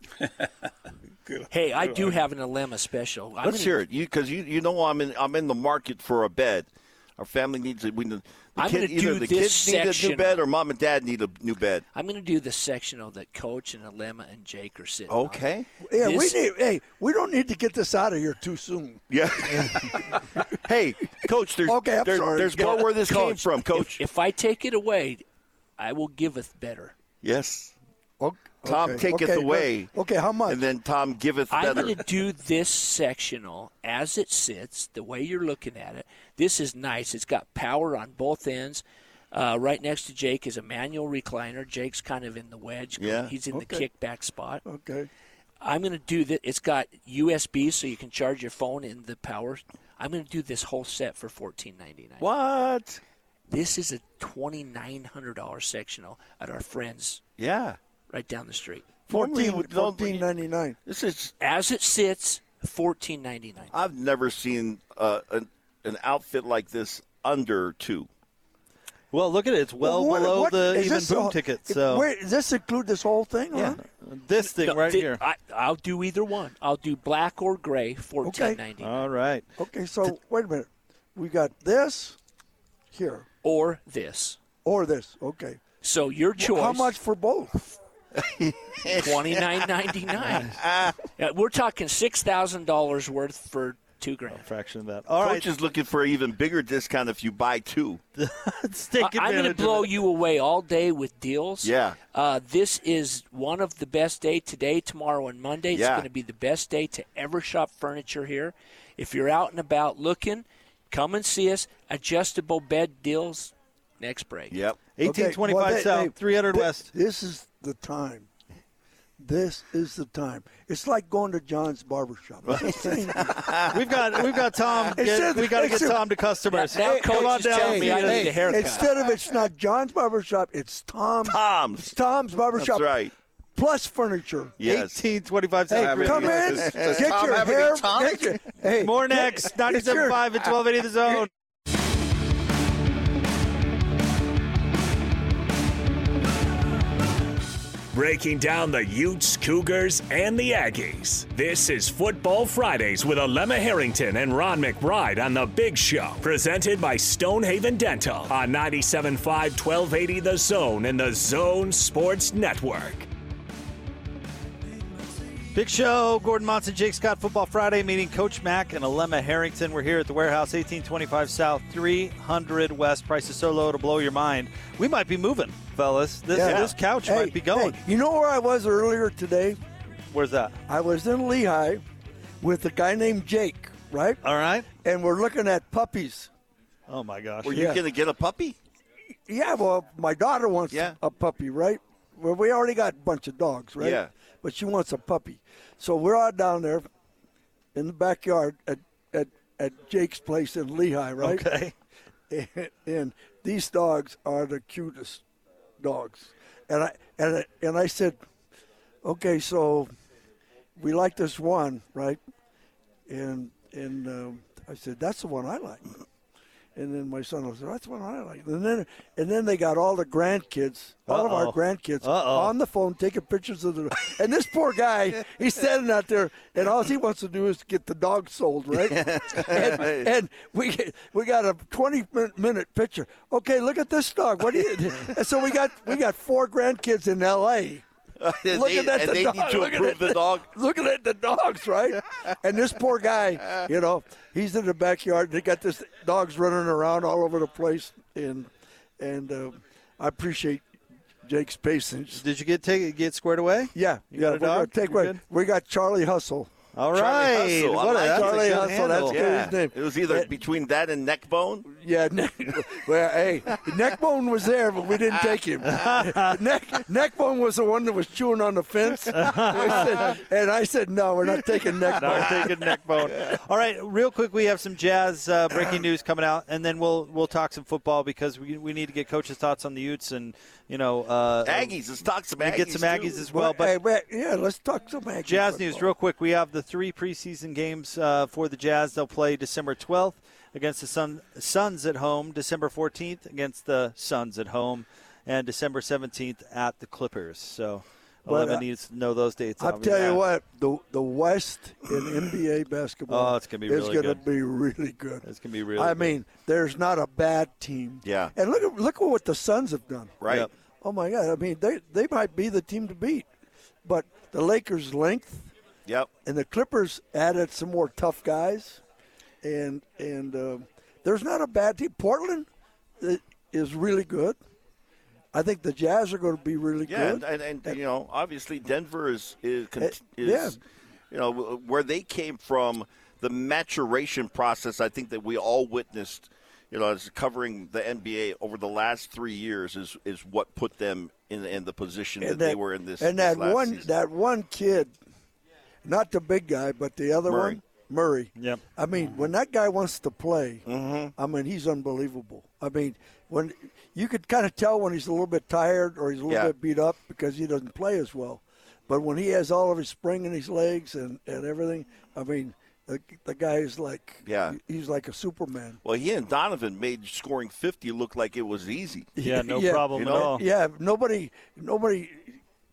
S13: Hey, I do have an Alema special. I'm
S11: Let's
S13: gonna-
S11: hear it. You because you, you know I'm in I'm in the market for a bed. Our family needs a we need, the
S13: I'm
S11: kid,
S13: gonna
S11: either
S13: do
S11: the
S13: this
S11: kids need a new
S13: section.
S11: bed or mom and dad need a new bed.
S13: I'm going to do the sectional that Coach and Alema and Jake are sitting. on.
S11: Okay.
S10: Yeah,
S13: This-
S10: we need. Hey, we don't need to get this out of here too soon.
S11: Yeah. hey, coach, there's
S10: Okay, I'm
S11: there-
S10: sorry.
S11: there's more where this came
S13: Coach,
S11: from, coach.
S13: If, if I take it away, I will giveth better. [laughs]
S11: yes.
S10: Okay,
S11: Tom taketh
S10: okay, good.
S11: away.
S10: Okay, how much?
S11: And then Tom giveth
S13: I'm
S11: better.
S13: going to do this sectional as it sits, the way you're looking at it. This is nice. It's got power on both ends. Uh, right next to Jake is a manual recliner. Jake's kind of in the wedge.
S11: Yeah.
S13: He's in the
S10: Okay.
S13: kickback spot.
S10: Okay.
S13: I'm going to do that. It's got USB, so you can charge your phone in the power. I'm going to do this whole set for $14.99.
S11: What?
S13: This is a $2,900 sectional at our friends
S11: Yeah.
S13: right down the street.
S11: Normally,
S10: Fourteen,
S11: we don't-
S10: fourteen ninety nine.
S11: This is
S13: As it sits, $14.99.
S11: I've never seen uh, an, an outfit like this under two.
S12: Well, look at it. It's well
S10: What-
S12: below
S10: what-
S12: the
S10: is
S12: even
S10: this the
S12: boom
S10: whole-
S12: ticket. So
S10: wait, does this include this whole thing?
S12: yeah,
S10: Huh?
S12: this thing
S13: No,
S12: right
S13: thi-
S12: here.
S13: I, I'll do either one. I'll do black or gray, fourteen ninety,
S12: All right.
S10: Okay, so wait a minute. We got this here
S13: or this.
S10: or this. Okay.
S13: So your choice.
S10: How much for both?
S13: [laughs]
S12: [laughs]
S13: Twenty nine ninety nine. We're talking six thousand dollars worth for two grand.
S12: Fraction of that. All right.
S11: Coach is looking for an even bigger discount if you buy two.
S12: Let's take
S13: I- I'm going to
S12: advantage of
S13: blow
S12: it.
S13: you away all day with deals.
S11: Yeah.
S13: Uh, this is one of the best day today, tomorrow, and Monday. It's
S11: Yeah.
S13: going to be the best day to ever shop furniture here. If you're out and about looking, come and see us. Adjustable bed deals. Next break.
S11: Yep.
S12: 1825
S10: Okay, well, they-
S12: South,
S10: they-
S12: 300
S10: thi-
S12: West.
S10: This is the time. This is the time. It's like going to John's barbershop.
S12: [laughs] We've got we've got Tom.
S10: It
S12: get-
S10: said-
S12: we got to
S10: it
S12: get
S10: said-
S12: Tom to customers.
S13: Now,
S12: Hey,
S13: coach
S12: come on
S13: is
S12: down.
S13: telling me I
S12: meet us.
S13: need a haircut.
S10: Instead of it's not John's barbershop, it's Tom's. It's
S11: Tom's.
S10: Tom's
S11: That's
S10: barbershop
S11: right.
S10: plus furniture.
S11: Yes.
S12: 1825
S10: Hey,
S12: South.
S10: come in,
S2: does- does
S10: get
S2: Tom
S10: your
S2: have any
S10: hair.
S2: tonic?
S10: get your- hey,
S12: More next. 97.5 and 1280 the zone.
S9: breaking down the Utes, Cougars, and the Aggies. This is Football Fridays with Alema Harrington and Ron McBride on The Big Show, presented by Stonehaven Dental on 97.5 1280 The Zone and The Zone Sports Network.
S12: Big Show, Gordon Monson, Jake Scott, Football Friday, meeting Coach Mack and Alema Harrington. We're here at the warehouse, 1825 South, 300 West. Prices so low to blow your mind. We might be moving, fellas. This,
S10: Yeah.
S12: this couch
S10: Hey,
S12: might be going.
S10: hey, you know where I was earlier today?
S12: Where's that?
S10: I was in Lehigh with a guy named Jake, right?
S12: All right.
S10: And we're looking at puppies.
S12: Oh, my gosh.
S11: Were you
S10: Yeah.
S11: going to get a puppy?
S10: Yeah, well, my daughter wants
S11: Yeah.
S10: a puppy, right? Well, we already got a bunch of dogs, right?
S11: Yeah.
S10: But she wants a puppy. So we're out down there in the backyard at, at, at Jake's place in Lehigh, right?
S12: Okay.
S10: And, [laughs] and these dogs are the cutest dogs. And I, and I, and I said, okay, so we like this one, right? And, and um, I said, that's the one I like. And then my son was, that's what I like. And then, and then they got all the grandkids, all of
S12: Uh-oh.
S10: our grandkids,
S12: Uh-oh.
S10: on
S11: [laughs]
S10: the phone taking pictures of the. [laughs] And this poor guy, he's standing out there, and all he wants to do is get the dog sold, right? and, and we we got a 20 min- minute picture. Okay, look at this dog. What do
S11: [laughs]
S10: you? and so we got we got four grandkids in L.A.
S11: And
S10: looking
S11: they-
S10: at
S11: and
S10: the
S11: they
S10: dog,
S11: need to
S10: looking
S11: approve
S10: at
S11: the dog.
S10: looking at the
S12: [laughs]
S10: dogs, right? And this poor guy, you know, he's in the backyard. They got this dogs running around all over the place, and and uh, I appreciate Jake's patience.
S12: Did you get take, get squared away?
S10: Yeah,
S12: You
S10: yeah.
S12: got a
S10: we're gonna
S12: dog?
S10: take
S12: You
S10: right-
S12: good?
S10: We got Charlie Hustle.
S12: All
S11: Charlie
S12: right.
S11: Hustle. I
S12: What a-
S11: like
S12: that's a
S11: that.
S12: good handle.
S11: Yeah. It was either between that and neck bone.
S10: Yeah, neck, [laughs] well, hey, Neckbone was there, but we didn't take him. Neck, Neckbone was the one that was chewing on
S12: [laughs]
S10: the fence, We said- and I said, "No, we're not taking Neckbone."
S12: Not taking neck bone. All right, real quick, we have some jazz uh, breaking news coming out, and then we'll we'll talk some football because we, we need to get coach's thoughts on the Utes and you know uh,
S11: [laughs] Aggies. Let's talk some
S12: we
S11: Aggies.
S12: get some Aggies
S11: too.
S12: as well. But
S10: Hey, wait, yeah, let's talk some Aggies
S12: Jazz
S10: football.
S12: news, real quick. We have the three preseason games uh, for the Jazz. They'll play December 12th against the Sun, Suns at home, December 14th against the Suns at home, and December 17th at the Clippers. So,
S10: But,
S12: Alema
S10: uh,
S12: needs to know those dates.
S10: I'll
S12: obviously.
S10: tell you what, the the West in NBA
S12: [laughs]
S10: basketball
S12: Oh, it's gonna be
S10: is
S12: really
S10: gonna
S12: good.
S10: be really good.
S12: It's gonna be really
S10: I
S12: good.
S10: mean, there's not a bad team.
S11: Yeah.
S10: And look at look at what the Suns have done.
S11: Right. Yep.
S10: Oh my God. I mean, they they might be the team to beat, but the Lakers' length
S11: Yep.
S10: and the Clippers added some more tough guys, and and um, there's not a bad team. Portland uh, is really good. I think the Jazz are going to be really
S11: Yeah,
S10: good.
S11: and, and, and you know, obviously Denver is is, con-
S10: Eh,
S11: is
S10: yeah.
S11: you know wh- where they came from. The maturation process, I think that we all witnessed, you know, as covering the NBA over the last three years is is what put them in in the position that, they were in this.
S10: And
S11: this
S10: that
S11: last
S10: one,
S11: season.
S10: that one kid, not the big guy, but the other
S11: Murray.
S10: one, Murray.
S12: Yep.
S10: I mean, when that guy wants to play,
S11: Mm-hmm.
S10: I mean, he's unbelievable. I mean, when you could kind of tell when he's a little bit tired or he's a little
S11: Yeah.
S10: bit beat up because he doesn't play as well. But when he has all of his spring in his legs and, and everything, I mean, the, the guy is like,
S11: Yeah.
S10: he's like a Superman.
S11: well, he and Donovan made scoring fifty look like it was easy.
S12: [laughs] Yeah, no
S10: [laughs] Yeah.
S12: problem
S11: You
S12: at
S11: know,
S12: all.
S10: Yeah, nobody nobody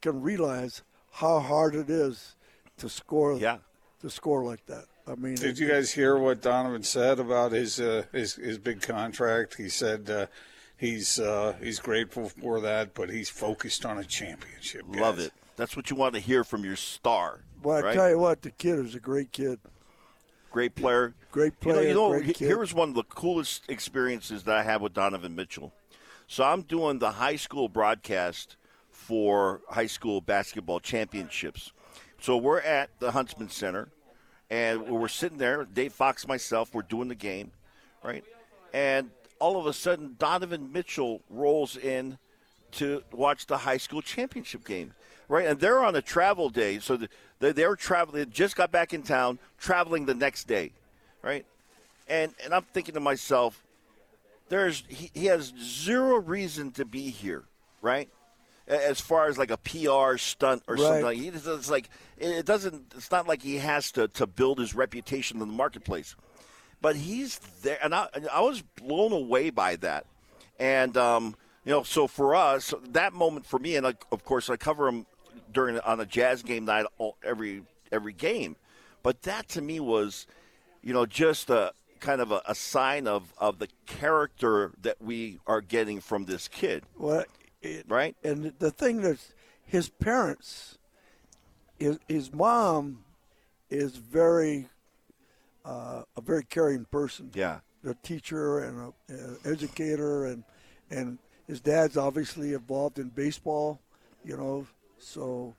S10: can realize how hard it is to score.
S11: Yeah.
S10: to score like that. I mean,
S2: Did you guys hear what Donovan said about his uh, his his big contract? He said uh, he's uh, he's grateful for that, but he's focused on a championship.
S11: Love
S2: guys.
S11: it. That's what you want to hear from your star.
S10: Well, I
S11: right?
S10: tell you what, the kid is a great kid.
S11: great player.
S10: Great player,
S11: You know, you know
S10: great
S11: he-
S10: kid.
S11: here was one of the coolest experiences that I had with Donovan Mitchell. So I'm doing the high school broadcast for high school basketball championships. So we're at the Huntsman Center, and we're sitting there. Dave Fox, myself, we're doing the game, right? And all of a sudden, Donovan Mitchell rolls in to watch the high school championship game, right? And they're on a travel day, so th- they- they're traveling. They just got back in town, traveling the next day, right? And and I'm thinking to myself, there's he, he has zero reason to be here, right? A- As far as like a PR stunt or
S10: Right.
S11: something, like- he just, it's like it it doesn't. It's not like he has to to build his reputation in the marketplace, but he's there, and I and I was blown away by that, and um, you know, so for us that moment for me, and I, of course I cover him during on a jazz game night all, every every game. But that to me was, you know, just a kind of a, a sign of, of the character that we are getting from this kid.
S10: Well,
S11: right.
S10: And the thing that's his parents, his, his mom, is very uh, a very caring person.
S11: Yeah.
S10: a teacher and an educator, and and his dad's obviously involved in baseball. You know, so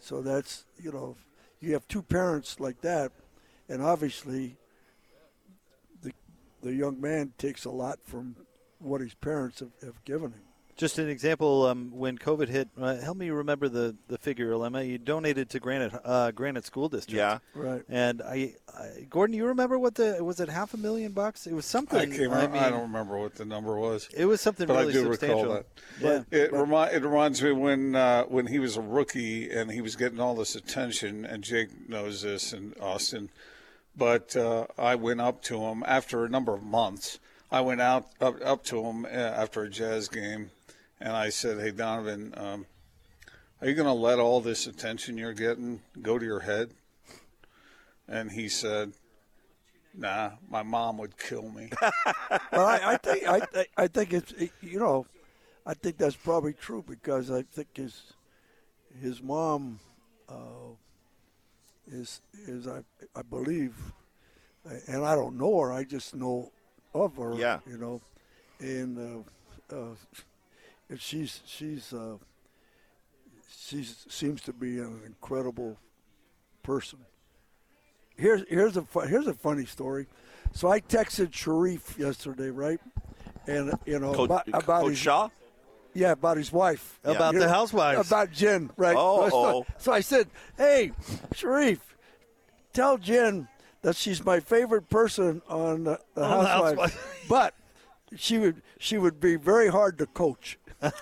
S10: so that's you know you have two parents like that, and obviously the the young man takes a lot from what his parents have, have given him.
S12: Just an example, um, when COVID hit, uh, help me remember the, the figure, Lemma. You donated to Granite uh, Granite School District.
S11: Yeah.
S10: Right.
S12: And I, I, Gordon, you remember what the was it half a million bucks? It was something.
S2: I, can't remember, I, don't remember what the number was.
S12: It was something
S2: but
S12: really
S2: I do
S12: substantial.
S2: recall that. But it, remi- it reminds me when uh, when he was a rookie and he was getting all this attention, and Jake knows this in Austin. But uh, I went up to him after a number of months. I went out up, up to him uh, after a jazz game, and I said, "Hey, Donovan, um, are you going to let all this attention you're getting go to your head?" And he said, "Nah, my mom would kill me."
S10: well, I, I think I, thi- I think it's it- you know, I think that's probably true because I think his his mom uh, is is I I believe, and I don't know her. I just know of her.
S11: Yeah.
S10: you know, and uh, uh, and she's she's uh, she seems to be an incredible person. Here's here's a fu- here's a funny story. So I texted Sharif yesterday, right? And you know
S11: Coach-
S10: about, about
S11: Coach
S10: his,
S11: Shaw?
S10: Yeah, about his wife.
S11: Yeah. About the
S10: You know,
S11: housewives.
S10: About Jen, right? So I sta-
S11: Uh-oh.
S10: so I said, "Hey, Sharif, tell Jen that she's my favorite person on the, the
S12: On the
S10: housewives, [laughs] but she would she would be very hard to coach." And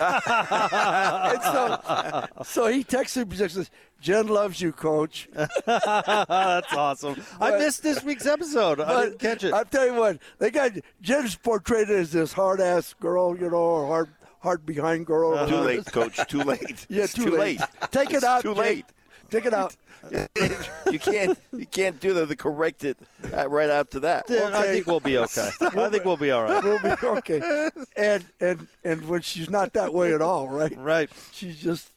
S10: so, so he texted me just says, Jen loves you, coach.
S12: That's awesome. I missed this week's episode. I didn't catch it.
S10: I'll tell you what, they got Jen's portrayed as this hard ass girl, you know, or hard hard behind girl.
S11: Uh-huh. Too late, coach. Too late.
S10: Yeah,
S11: It's
S10: too, late. Take it
S11: It's
S10: out.
S11: Too
S10: Jake.
S11: late.
S10: Take it out.
S11: [laughs] you can't. You can't do the, the correct it uh, right after that.
S12: Yeah, I think we'll be
S10: [laughs]
S12: okay. I think we'll be all right.
S10: We'll
S12: [laughs]
S10: be okay. And and and when she's not that way at all, right?
S12: Right.
S10: She's just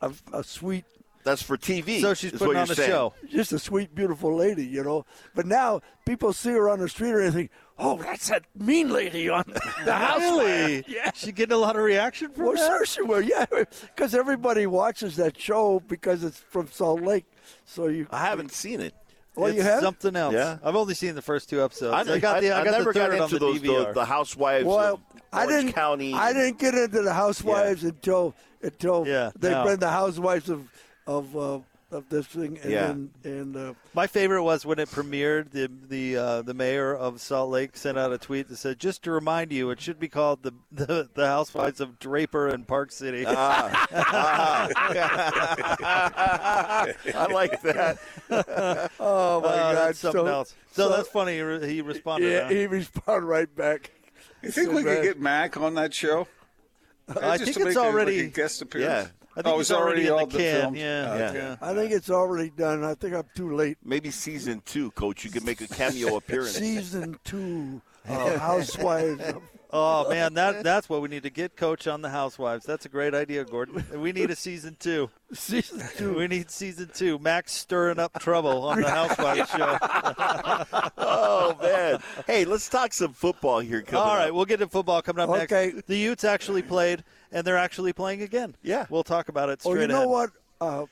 S10: a, a sweet
S11: That's for TV.
S12: So she's
S11: is
S12: putting
S11: what
S12: on
S11: you're
S12: the
S11: saying.
S12: show.
S10: just a sweet, beautiful lady, you know. But now people see her on the street or anything. Oh, that's that mean lady on
S12: [laughs]
S10: the house. [laughs]
S12: Really? Yeah. She getting a lot of reaction from
S10: Well,
S12: that?
S10: sure she will. Yeah, [laughs] because everybody watches that show because it's from Salt Lake. So you,
S11: I haven't seen it.
S10: well, you
S12: It's
S10: have.
S12: something else.
S11: Yeah.
S12: I've only seen the first two episodes. I,
S11: I,
S12: got the I,
S11: I
S12: got
S11: never
S12: the third
S11: got into
S12: on
S11: those
S12: the DVR.
S11: the, the housewives
S10: Well,
S11: of
S10: I
S11: Orange
S10: didn't.
S11: County.
S10: I didn't get into the Housewives until until
S12: Yeah,
S10: they've
S12: no.
S10: been the Housewives of of uh, of this thing. And
S12: Yeah.
S11: [laughs]
S10: then, and uh,
S12: My favorite was when it premiered. The the uh, the mayor of Salt Lake sent out a tweet that said, "Just to remind you, it should be called the the, the Housewives of Draper and Park City."
S11: Ah.
S12: [laughs]
S11: [laughs] I like that.
S10: oh my
S12: Oh,
S10: God,
S12: that's something
S10: so-
S12: else. So,
S10: so-
S12: that's funny. He, re- he responded.
S10: yeah,
S12: huh?
S10: he responded right back.
S2: You think
S10: So
S2: we
S10: bad.
S2: could get Mac on that show?
S12: Uh, I
S2: Just
S12: think
S2: to
S12: it's
S2: make a- like a
S12: already-
S2: guest appearance.
S11: yeah.
S12: I think
S2: oh,
S12: it's
S2: it's already,
S12: already in
S2: all
S12: the can,
S2: filmed?
S12: yeah,
S11: [laughs]
S2: Okay.
S12: yeah.
S10: I think it's already done. I think I'm too late.
S11: Maybe season two, coach. You could make
S12: [laughs]
S11: a cameo appearance.
S10: Season two of Housewives. of-
S12: [laughs] Oh man, that that's what we need to get Coach on the Housewives. That's a great idea, Gordon. We need a season [laughs] two.
S10: season two.
S12: We need season two. Max stirring up trouble on the Housewives [laughs] show.
S11: oh man. Hey, let's talk some football here. Coming
S12: All right,
S11: up.
S12: we'll get to football coming up
S10: Okay.
S12: next. The Utes actually played, and they're actually playing again.
S11: Yeah.
S12: we'll talk about it
S10: Oh,
S12: straight.
S10: you know
S12: ahead.
S10: what? Uh,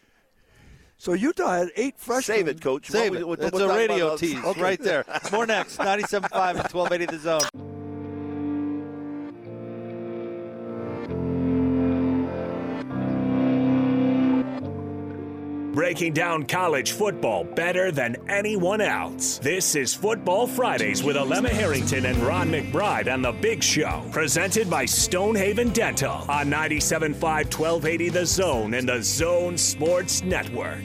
S10: so Utah had eight freshmen.
S11: Save it, coach.
S12: Save
S11: What
S12: it.
S11: we- what-
S12: it's
S11: we'll
S12: a
S11: talk
S12: radio
S11: about-
S12: tease
S11: Okay.
S12: right there. [laughs] More next. 97.5 and 1280 The Zone.
S9: Breaking down college football better than anyone else. This is Football Fridays with Alema Harrington and Ron McBride on The Big Show. Presented by Stonehaven Dental on 97.5 1280 The Zone and The Zone Sports Network.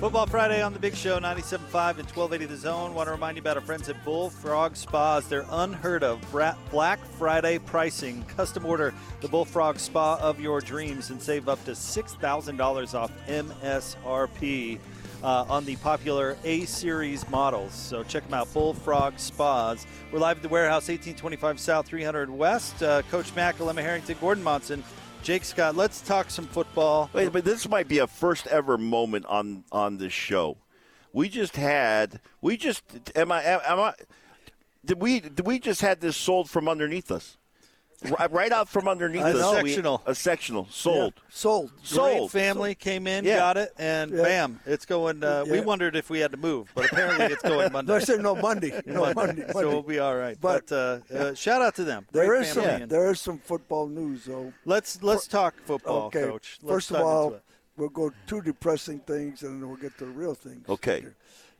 S1: Football Friday on the Big Show, 97.5 and 1280 The Zone. Want to remind you about our friends at Bullfrog Spas. Their unheard of Bra- Black Friday pricing. Custom order the Bullfrog Spa of your dreams and save up to $6,000 off MSRP uh, on the popular A Series models. So check them out, Bullfrog Spas. We're live at the warehouse, 1825 South, 300 West. Uh, Coach Mack, Alema Harrington, Gordon Monson. Jake Scott, let's talk some football.
S10: Wait, but this might be a first ever moment on on this show. We just had we just am I am, am I did we did we just had this sold from underneath us. Right, right out from underneath
S1: A
S10: us.
S1: sectional.
S10: a sectional sold.
S1: Yeah. Sold.
S10: Sold.
S1: Great family came in,
S10: Yeah.
S1: got it, and
S10: Yeah.
S1: bam, it's going. Uh, We
S10: Yeah.
S1: wondered if we had to move, but apparently it's going Monday.
S11: [laughs] No, I said
S1: [laughs]
S11: no, Monday. No, Monday,
S1: So
S11: Monday.
S1: we'll be all right. But,
S11: But-
S1: uh, uh, shout out to them.
S11: There
S1: Great
S11: is some
S1: family. And
S11: there is some football news though.
S1: Let's let's talk football,
S11: Okay.
S1: coach. Let's
S11: First of
S1: dive
S11: all,
S1: into it.
S11: we'll go two depressing things and then we'll get to the real things.
S10: Okay.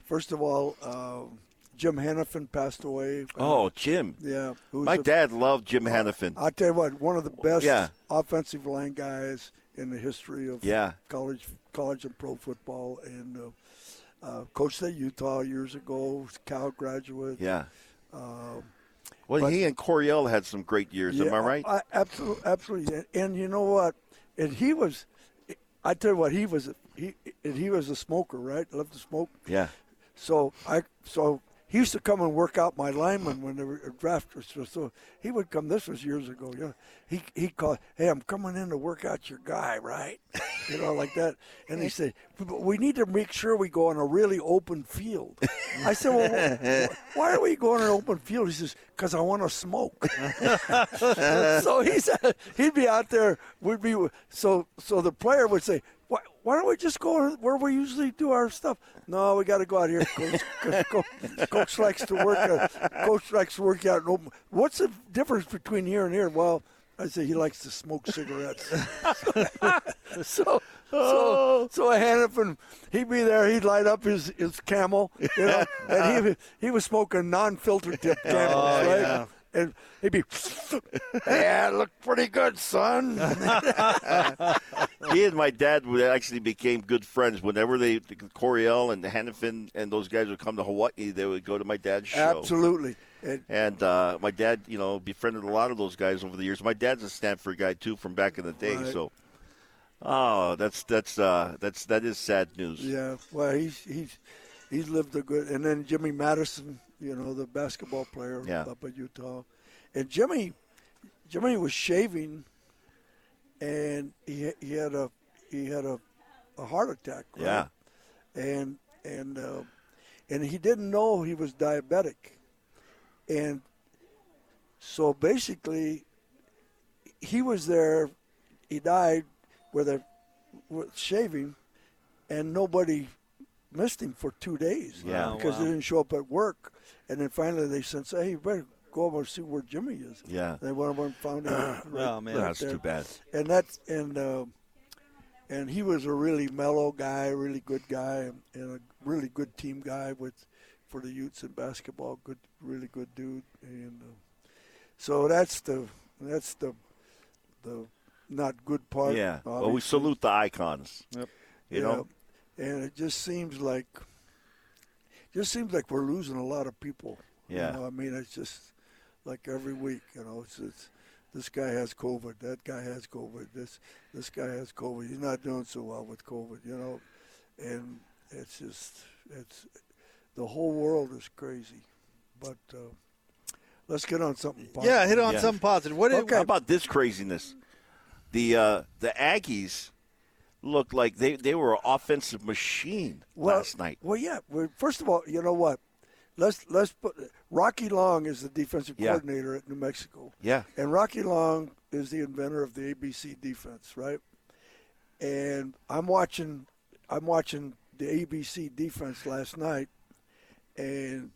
S11: First of all, um, Jim Hennepin passed away.
S10: Oh, Jim.
S11: Yeah, who's
S10: My
S11: a-
S10: dad loved
S1: Uh,
S10: Jim Hannafin.
S11: I'll tell you what, one of the best
S10: Yeah.
S11: offensive line guys in the history of
S10: Yeah.
S11: college college and pro football, and uh, uh, coached at Utah years ago, Cal graduate.
S10: Yeah.
S11: Um,
S10: Well, he and Coriel had some great years. am I right?
S11: absolutely, absolutely. And, and you know what? And he was, I tell you what, he was he and he was a smoker, right? Loved to smoke.
S10: yeah.
S11: So I so he used to come and work out my linemen when they were drafters. So, so he would come. This was years ago. Yeah, he he called. Hey, I'm coming in to work out your guy, right? You know, like that. And he said, but we need to make sure we go on a really open field. I said, well, wh- why are we going on an open field? He says, because I want to smoke. so he said he'd be out there. We'd be so so the player would say. Why, why don't we just go where we usually do our stuff? No, we got to go out here. Coach, coach, coach, coach likes to work. uh, coach likes to work out in open. What's the difference between here and here? Well, I say he likes to smoke cigarettes. [laughs] so,
S10: Oh.
S11: so, so Hannafin, he'd be there. He'd light up his, his camel, you know,
S10: Uh-huh.
S11: and he he was smoking non-filter tip camels,
S1: Oh,
S11: right?
S1: yeah.
S11: And he'd be, yeah, look pretty good, son.
S10: he and my dad would actually became good friends. Whenever they Coriel and Hannafin and those guys would come to Hawaii, they would go to my dad's show.
S11: Absolutely. And
S10: And uh, my dad, you know, befriended a lot of those guys over the years. My dad's a Stanford guy too from back in the day.
S11: Right.
S10: So, oh, that's that's uh, that's that is sad news.
S11: Yeah, well, he's he's he's lived a good. And then Jimmy Madison, you know, the basketball player
S10: Yeah.
S11: up at Utah, and Jimmy, Jimmy was shaving, and he he had a he had a, a heart attack. Right?
S10: Yeah.
S11: and and uh, and he didn't know he was diabetic, and so basically, he was there. He died with a with shaving, and nobody missed him for two days.
S10: Yeah. Oh,
S11: uh, because
S10: wow.
S11: he didn't show up at work, and then finally they said, "Hey, you better go over and see where Jimmy is."
S10: Yeah.
S11: they went over and found him.
S10: [clears throat]
S11: right-
S1: Oh, man.
S11: right
S10: That's
S11: there.
S10: too bad.
S11: And that's and. Uh, and he was a really mellow guy, really good guy, and, and a really good team guy with for the youths in basketball. Good, really good dude, and uh, so that's the that's the the not good part.
S10: yeah. Well, we
S11: obviously.
S10: salute the icons.
S1: Yep.
S10: You know.
S11: Yeah. and it just seems like just seems like we're losing a lot of people.
S10: Yeah.
S11: you know? I mean, it's just like every week, you know, it's, it's this guy has COVID, that guy has COVID, this this guy has COVID. He's not doing so well with COVID, you know, and it's just it's the whole world is crazy, but. Uh, Let's get on something positive.
S1: Yeah, hit on something positive. What did-
S10: How about this craziness? The uh, the Aggies looked like they, they were an offensive machine
S11: Well-
S10: last night.
S11: Well, yeah. Well, first of all, you know what? Let's let's put Rocky Long is the defensive
S10: Yeah.
S11: coordinator at New Mexico,
S10: Yeah.
S11: and Rocky Long is the inventor of the ABC defense, right? And I'm watching, I'm watching the ABC defense last night, and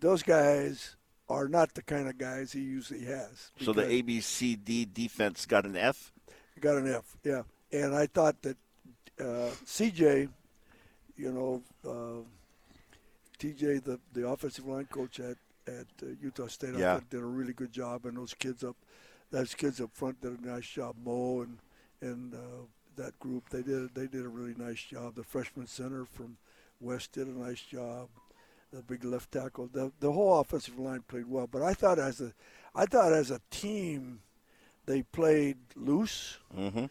S11: those guys are not the kind of guys he usually has.
S10: So the ABCD defense got an F.
S11: Got an F, yeah. And I thought that uh, CJ, you know, uh, TJ, the, the offensive line coach at, at uh, Utah State, I
S10: Yeah.
S11: thought did a really good job. And those kids up, those kids up front did a nice job. Mo and and uh,
S10: that group. They did they did a really nice job. The freshman center from West did a nice job. The big left tackle. The, the whole offensive line played well. But I thought as a I thought as a team, they played loose
S11: Mm-hmm.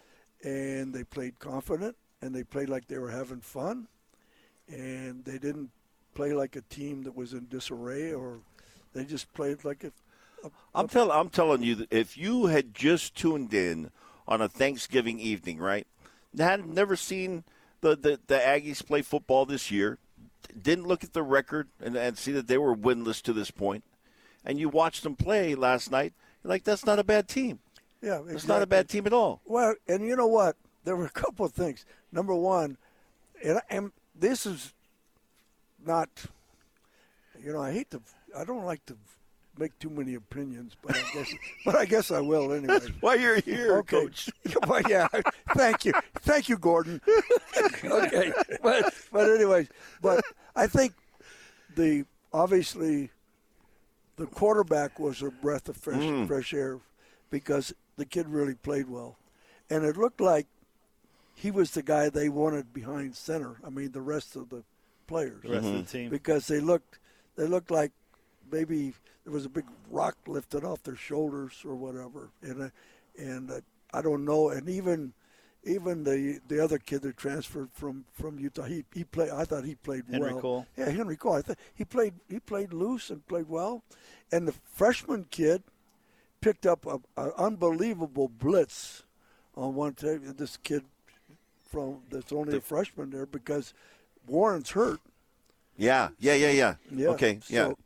S10: and they played confident and they played like they were having fun and they didn't play like a team that was in disarray or they just played like a
S11: I'm tell I'm telling you that if you had just tuned in on a Thanksgiving evening, right? Had never seen the, the, the Aggies play football this year, didn't look at the record and, and see that they were winless to this point, and you watched them play last night, you're like, that's not a bad team.
S10: yeah
S11: It's not a bad team at all.
S10: Well, and you know what? There were a couple of things. Number one, and, and this is not, you know, I hate to, I don't like to make too many opinions, but I guess, [laughs] but I guess I will anyway. That's
S11: why you're here, Coach.
S10: [laughs] well, yeah, thank you, thank you, Gordon. okay, but [laughs] but anyways, but I think the obviously the quarterback was a breath of fresh
S14: Mm.
S10: fresh air because the kid really played well, and it looked like he was the guy they wanted behind center. I mean, the rest of the players,
S12: The rest of the Mhm. team.
S10: because they looked they looked like maybe there was a big rock lifted off their shoulders or whatever, and uh, and uh, I don't know, and even. Even the the other kid that transferred from, from Utah, he, he played. I thought he played
S12: Henry
S10: well.
S12: Cole.
S10: Yeah, Henry Cole. I th- he played he played loose and played well, and the freshman kid picked up a an unbelievable blitz on one time. This kid from that's only a freshman there because Warren's hurt.
S11: Yeah, yeah, yeah, yeah.
S10: Yeah,
S11: Okay, yeah.
S10: so-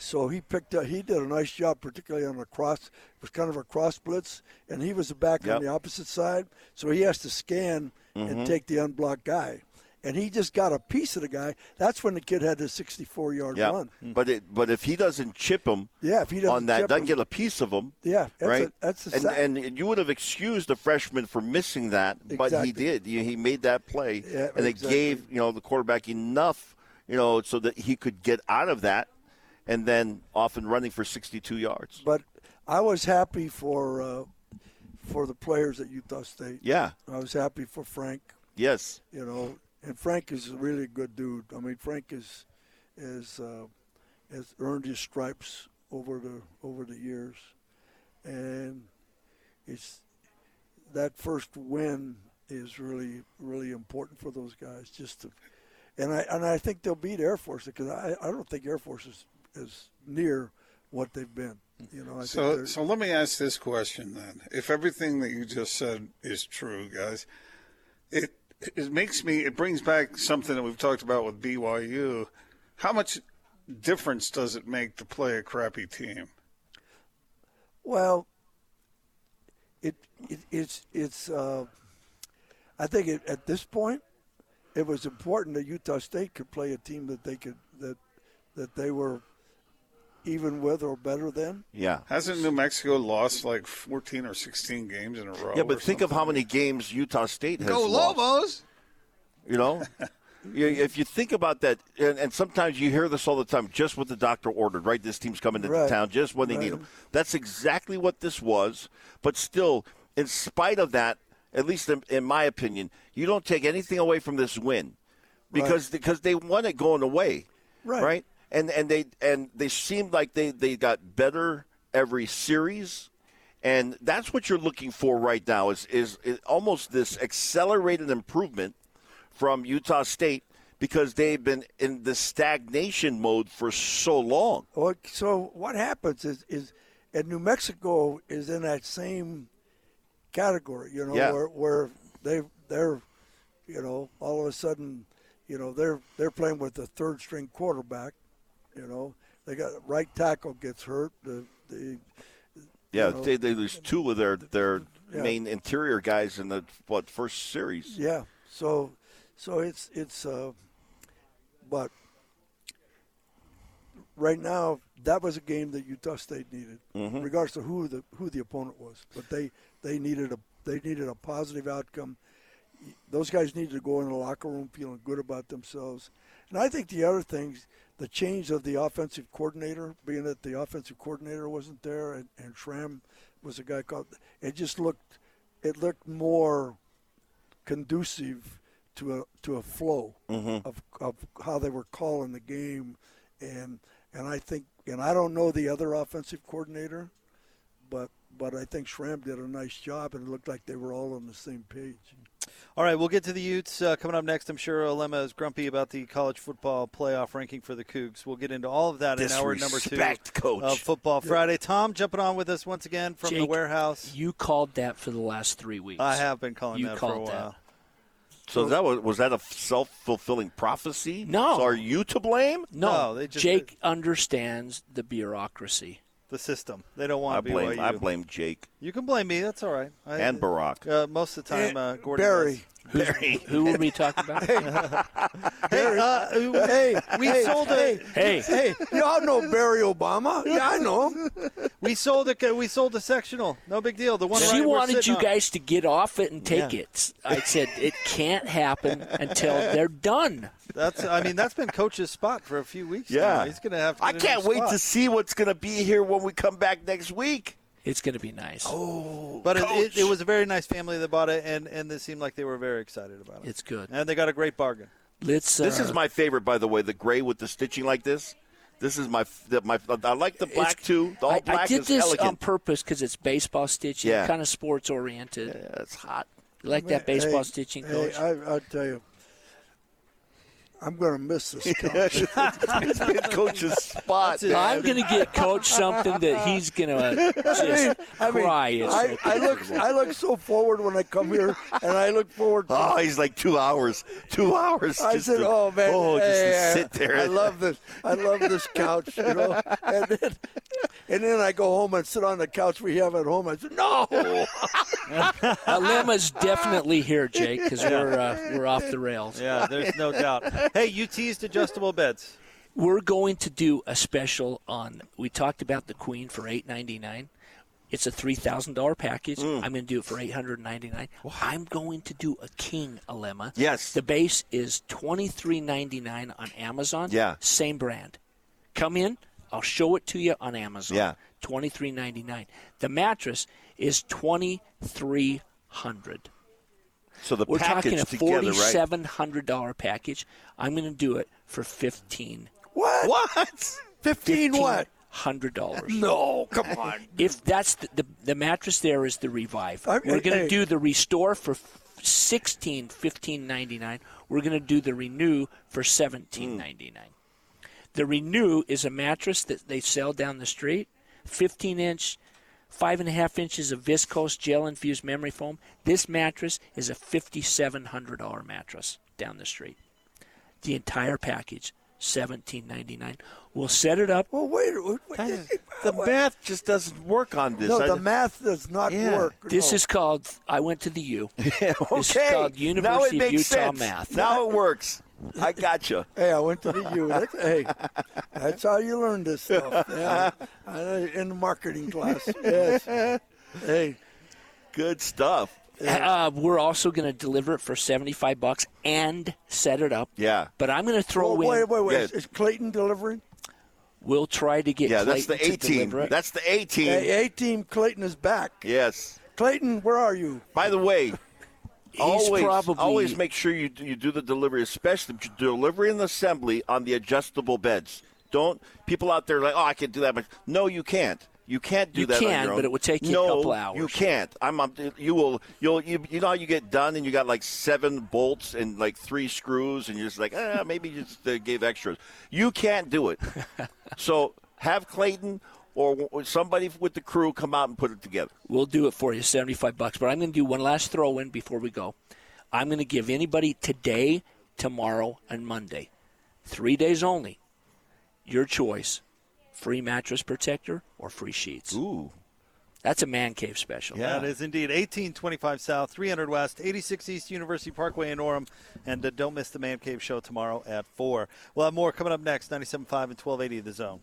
S10: So he picked up. He did a nice job, particularly on a cross. It was kind of a cross blitz, and he was back
S11: Yep.
S10: on the opposite side. So he has to scan
S11: Mhm.
S10: and take the unblocked guy, and he just got a piece of the guy. That's when the kid had his 64-yard
S11: Yeah,
S10: run. Hmm.
S11: but it, but if he doesn't chip him,
S10: Yeah, if he doesn't
S11: on that,
S10: chip
S11: doesn't
S10: him-
S11: get a piece of him,
S10: Yeah, that's a-
S11: right.
S10: that's a
S11: and,
S10: sack.
S11: and you would have excused the freshman for missing that, but he
S10: Exactly.
S11: did. He he made that play,
S10: Yeah,
S11: and
S10: exactly.
S11: it gave you know the quarterback enough, you know, so that he could get out of that, and then off and running for sixty-two yards.
S10: But I was happy for uh, for the players at Utah State.
S11: Yeah.
S10: I was happy for Frank.
S11: Yes.
S10: you know. And Frank is a really good dude. I mean, Frank is is uh, has earned his stripes over the over the years, and it's that first win is really really important for those guys. Just to, and I and I think they'll beat Air Force because I, I don't think Air Force is is near what they've been. You know, I think
S2: So,
S10: they're-
S2: so let me ask this question then. If everything that you just said is true, guys, it it makes me it brings back something that we've talked about with BYU. How much difference does it make to play a crappy team?
S10: Well, it, it it's it's. Uh, I think it, at this point, it was important that Utah State could play a team that they could that that they were even with or better than.
S11: Yeah.
S2: Hasn't New Mexico lost like 14 or 16 games in a row?
S11: Yeah, but think of how many games Utah State has
S2: Go
S11: lost.
S2: Lobos!
S11: You
S15: [laughs]
S11: know, You- if you think about that, and, and sometimes you hear this all the time, just what the doctor ordered, right? This team's coming into
S15: Right.
S11: town just when they need
S15: Right.
S11: them. That's exactly what this was. But still, in spite of that, at least in, in my opinion, you don't take anything away from this win because because they won it going away,
S10: Right.
S11: Right. And and they and they seemed like they they got better every series. And that's what you're looking for right now is, is is almost this accelerated improvement from Utah State because they've been in the stagnation mode for so long.
S10: Well, so what happens is is and New Mexico is in that same category, you know,
S11: Yeah.
S10: where, where they they're you know all of a sudden you know they're they're playing with the third string quarterback, you know they got right tackle gets hurt the the
S11: Yeah,
S10: you know,
S11: they, they lose two of their their
S10: Yeah.
S11: main interior guys in the what first series.
S10: yeah so so it's it's uh but right now that was a game that Utah State needed
S11: Mhm.
S10: regardless of who the who the opponent was but they they needed a they needed a positive outcome those guys needed to go in the locker room feeling good about themselves and I think the other things the change of the offensive coordinator being that the offensive coordinator wasn't there and, and Shram was a guy called it just looked it looked more
S13: conducive to a to a flow
S10: Mm-hmm.
S11: Mhm.
S13: of of how they were calling the game, and and I think and I don't know the other offensive coordinator, but but I think Schramm did a nice job, and it looked like they were all on the same page.
S1: All right, we'll get to the Utes uh, coming up next. I'm sure Olema is grumpy about the college football playoff ranking for the Cougs. We'll get into all of that in hour number two Uh,
S10: Disrespect, coach.
S1: of Football Friday. Tom jumping on with us once again from the
S10: Jake,
S1: warehouse.
S10: You called that for the last three weeks.
S1: I have been calling
S10: you
S1: that for a
S10: called
S1: while.
S10: that.
S11: So that was was that a self fulfilling prophecy?
S10: No.
S11: So are you to blame?
S10: No, Jake understands the bureaucracy.
S1: The system. They don't
S11: I
S1: want to
S11: blame
S1: BYU.
S11: I blame Jake
S1: You can blame me. That's all right. I,
S11: and Barack.
S1: Uh, most of the time,
S11: Eh,
S1: uh, Gordon.
S11: Barry.
S1: Who's,
S11: Barry.
S10: Who were we talking about?
S1: Hey, uh, hey, we sold a
S10: hey,
S13: hey, y'all know Barry
S11: [laughs]
S13: Obama? Yeah, I know. him.
S1: we sold a we sold a sectional. No big deal. The one
S10: she
S1: right we're
S10: wanted
S1: sitting
S10: you
S1: on.
S10: guys to get off it and take
S1: Yeah.
S10: it. I said it can't happen until they're done.
S1: That's I mean that's been coach's spot for a few weeks.
S11: Yeah.
S1: now. he's gonna have. To
S11: I
S1: get a new
S11: can't wait
S1: spot.
S11: to see what's going to be here when we come back next week.
S10: It's going to be nice.
S11: Oh,
S1: But it,
S11: coach.
S1: it, it was a very nice family that bought it, and and they seemed like they were very excited about it.
S10: It's good.
S1: And they got a great bargain.
S10: Let's. Uh,
S11: this is my favorite, by the way. The gray with the stitching like this. This is my f- that my. I like the black
S10: it's-
S11: too. The all
S10: I,
S11: black
S10: I did
S11: is
S10: this
S11: elegant.
S10: on
S11: [laughs]
S10: purpose because it's baseball stitching,
S11: Yeah.
S10: kind of sports oriented.
S11: Yeah, it's hot.
S10: You like that
S13: Hey,
S10: baseball stitching,
S13: hey,
S10: coach?
S13: I, I'll tell you, I'm going to miss this. Coach.
S11: it's been coach's spot.
S10: I'm going to get coach something that he's going
S11: [laughs]
S10: to just cry. It's
S13: I,
S10: so
S13: I look,
S10: comfortable.
S13: I look so forward when I come
S10: [laughs]
S13: here, and I look forward.
S11: Oh, he's like two hours. Two hours.
S13: I
S11: just
S13: said,
S11: to-
S13: "Oh man,
S11: Oh, just
S13: hey,
S11: to sit there.
S13: I love this. [laughs] I love this couch, you know." And then, and then I go home and sit on the couch we have at home. I said, "No."
S10: Alema's definitely here, Jake, because we're uh, we're off the rails.
S1: Yeah, there's no doubt. Hey, you teased adjustable beds.
S10: We're going to do a special on. We talked about the Queen for eight ninety nine. It's a three thousand dollar package.
S11: Mm.
S10: I'm going to do it for eight hundred ninety nine. I'm going to do a King Alema.
S11: Yes.
S10: the base is twenty three ninety nine on Amazon.
S11: Yeah.
S10: same brand. Come in. I'll show it to you on Amazon.
S11: Yeah.
S10: twenty three ninety nine. The mattress is twenty three hundred.
S11: So the
S10: We're
S11: package
S10: talking a
S11: together, right?
S10: forty-seven hundred dollar package. I'm going to do it for fifteen.
S13: What?
S11: What?
S13: Fifteen what?
S10: Hundred dollars.
S13: No, come on.
S10: If that's the, the the mattress, there is the revive.
S13: I-
S10: We're going to
S13: hey.
S10: do the restore for f- sixteen fifteen ninety nine. We're going to do the renew for seventeen ninety nine. The renew is a mattress that they sell down the street, fifteen inch. Five and a half inches of viscose gel infused memory foam. This mattress is a fifty-seven hundred dollar mattress down the street the entire package, seventeen ninety nine. We'll set it up.
S13: Well, wait. wait, wait.
S11: The math just doesn't work on this.
S13: No,
S11: I-
S13: the math does not
S11: Yeah.
S13: work.
S10: This
S13: No.
S10: is called. I went to the
S11: [laughs]
S10: U. This
S11: okay.
S10: is called
S11: now
S10: University
S11: it
S10: of
S11: makes
S10: Utah
S11: sense.
S10: math.
S11: Now it works. I
S10: [laughs]
S11: gotcha.
S13: Hey, I went to the U. That's, hey, that's how you learn this
S10: [laughs]
S13: stuff. Yeah, I- I- in the marketing class. Yes. Hey,
S11: Good stuff.
S10: Uh, we're also going to deliver it for seventy five bucks and set it up.
S11: Yeah.
S10: But I'm going to throw
S13: oh,
S10: in.
S13: wait, wait, wait.
S11: Yeah.
S13: Is, is Clayton delivering?
S10: We'll try to get.
S11: Yeah, that's the
S10: Clayton to
S11: 18.
S10: deliver it.
S11: That's the 18.
S13: Hey, A team Clayton is back.
S11: Yes.
S13: Clayton, where are you?
S11: By the way,
S10: [laughs] He's
S11: always
S10: probably
S11: always make sure you you do the delivery, especially the delivery and assembly on the adjustable beds. Don't people out there are like, oh, I can do that. But no, you can't. You can't do
S10: You
S11: that. on
S10: can,
S11: your own.
S10: but it would take you a
S11: no,
S10: couple hours.
S11: You can't. I'm. I'm you will. You'll. You, you know, how you get done and you got like seven bolts and like three screws, and you're just like, ah, maybe you just uh, gave extras. You can't
S10: [laughs]
S11: do it. so have Clayton or or somebody with the crew come out and put it together.
S10: We'll do it for you, 75 bucks. But I'm going to do one last throw in before we go. I'm going to give anybody today, tomorrow, and Monday, three days only, your choice free mattress protector or free sheets.
S11: Ooh.
S10: That's a man cave special.
S1: That is indeed 1825 South, 300 West, 86 East University Parkway in Orem. And uh, don't miss the Man Cave show tomorrow at 4. We'll have more coming up next 97.5 and 1280 of the zone.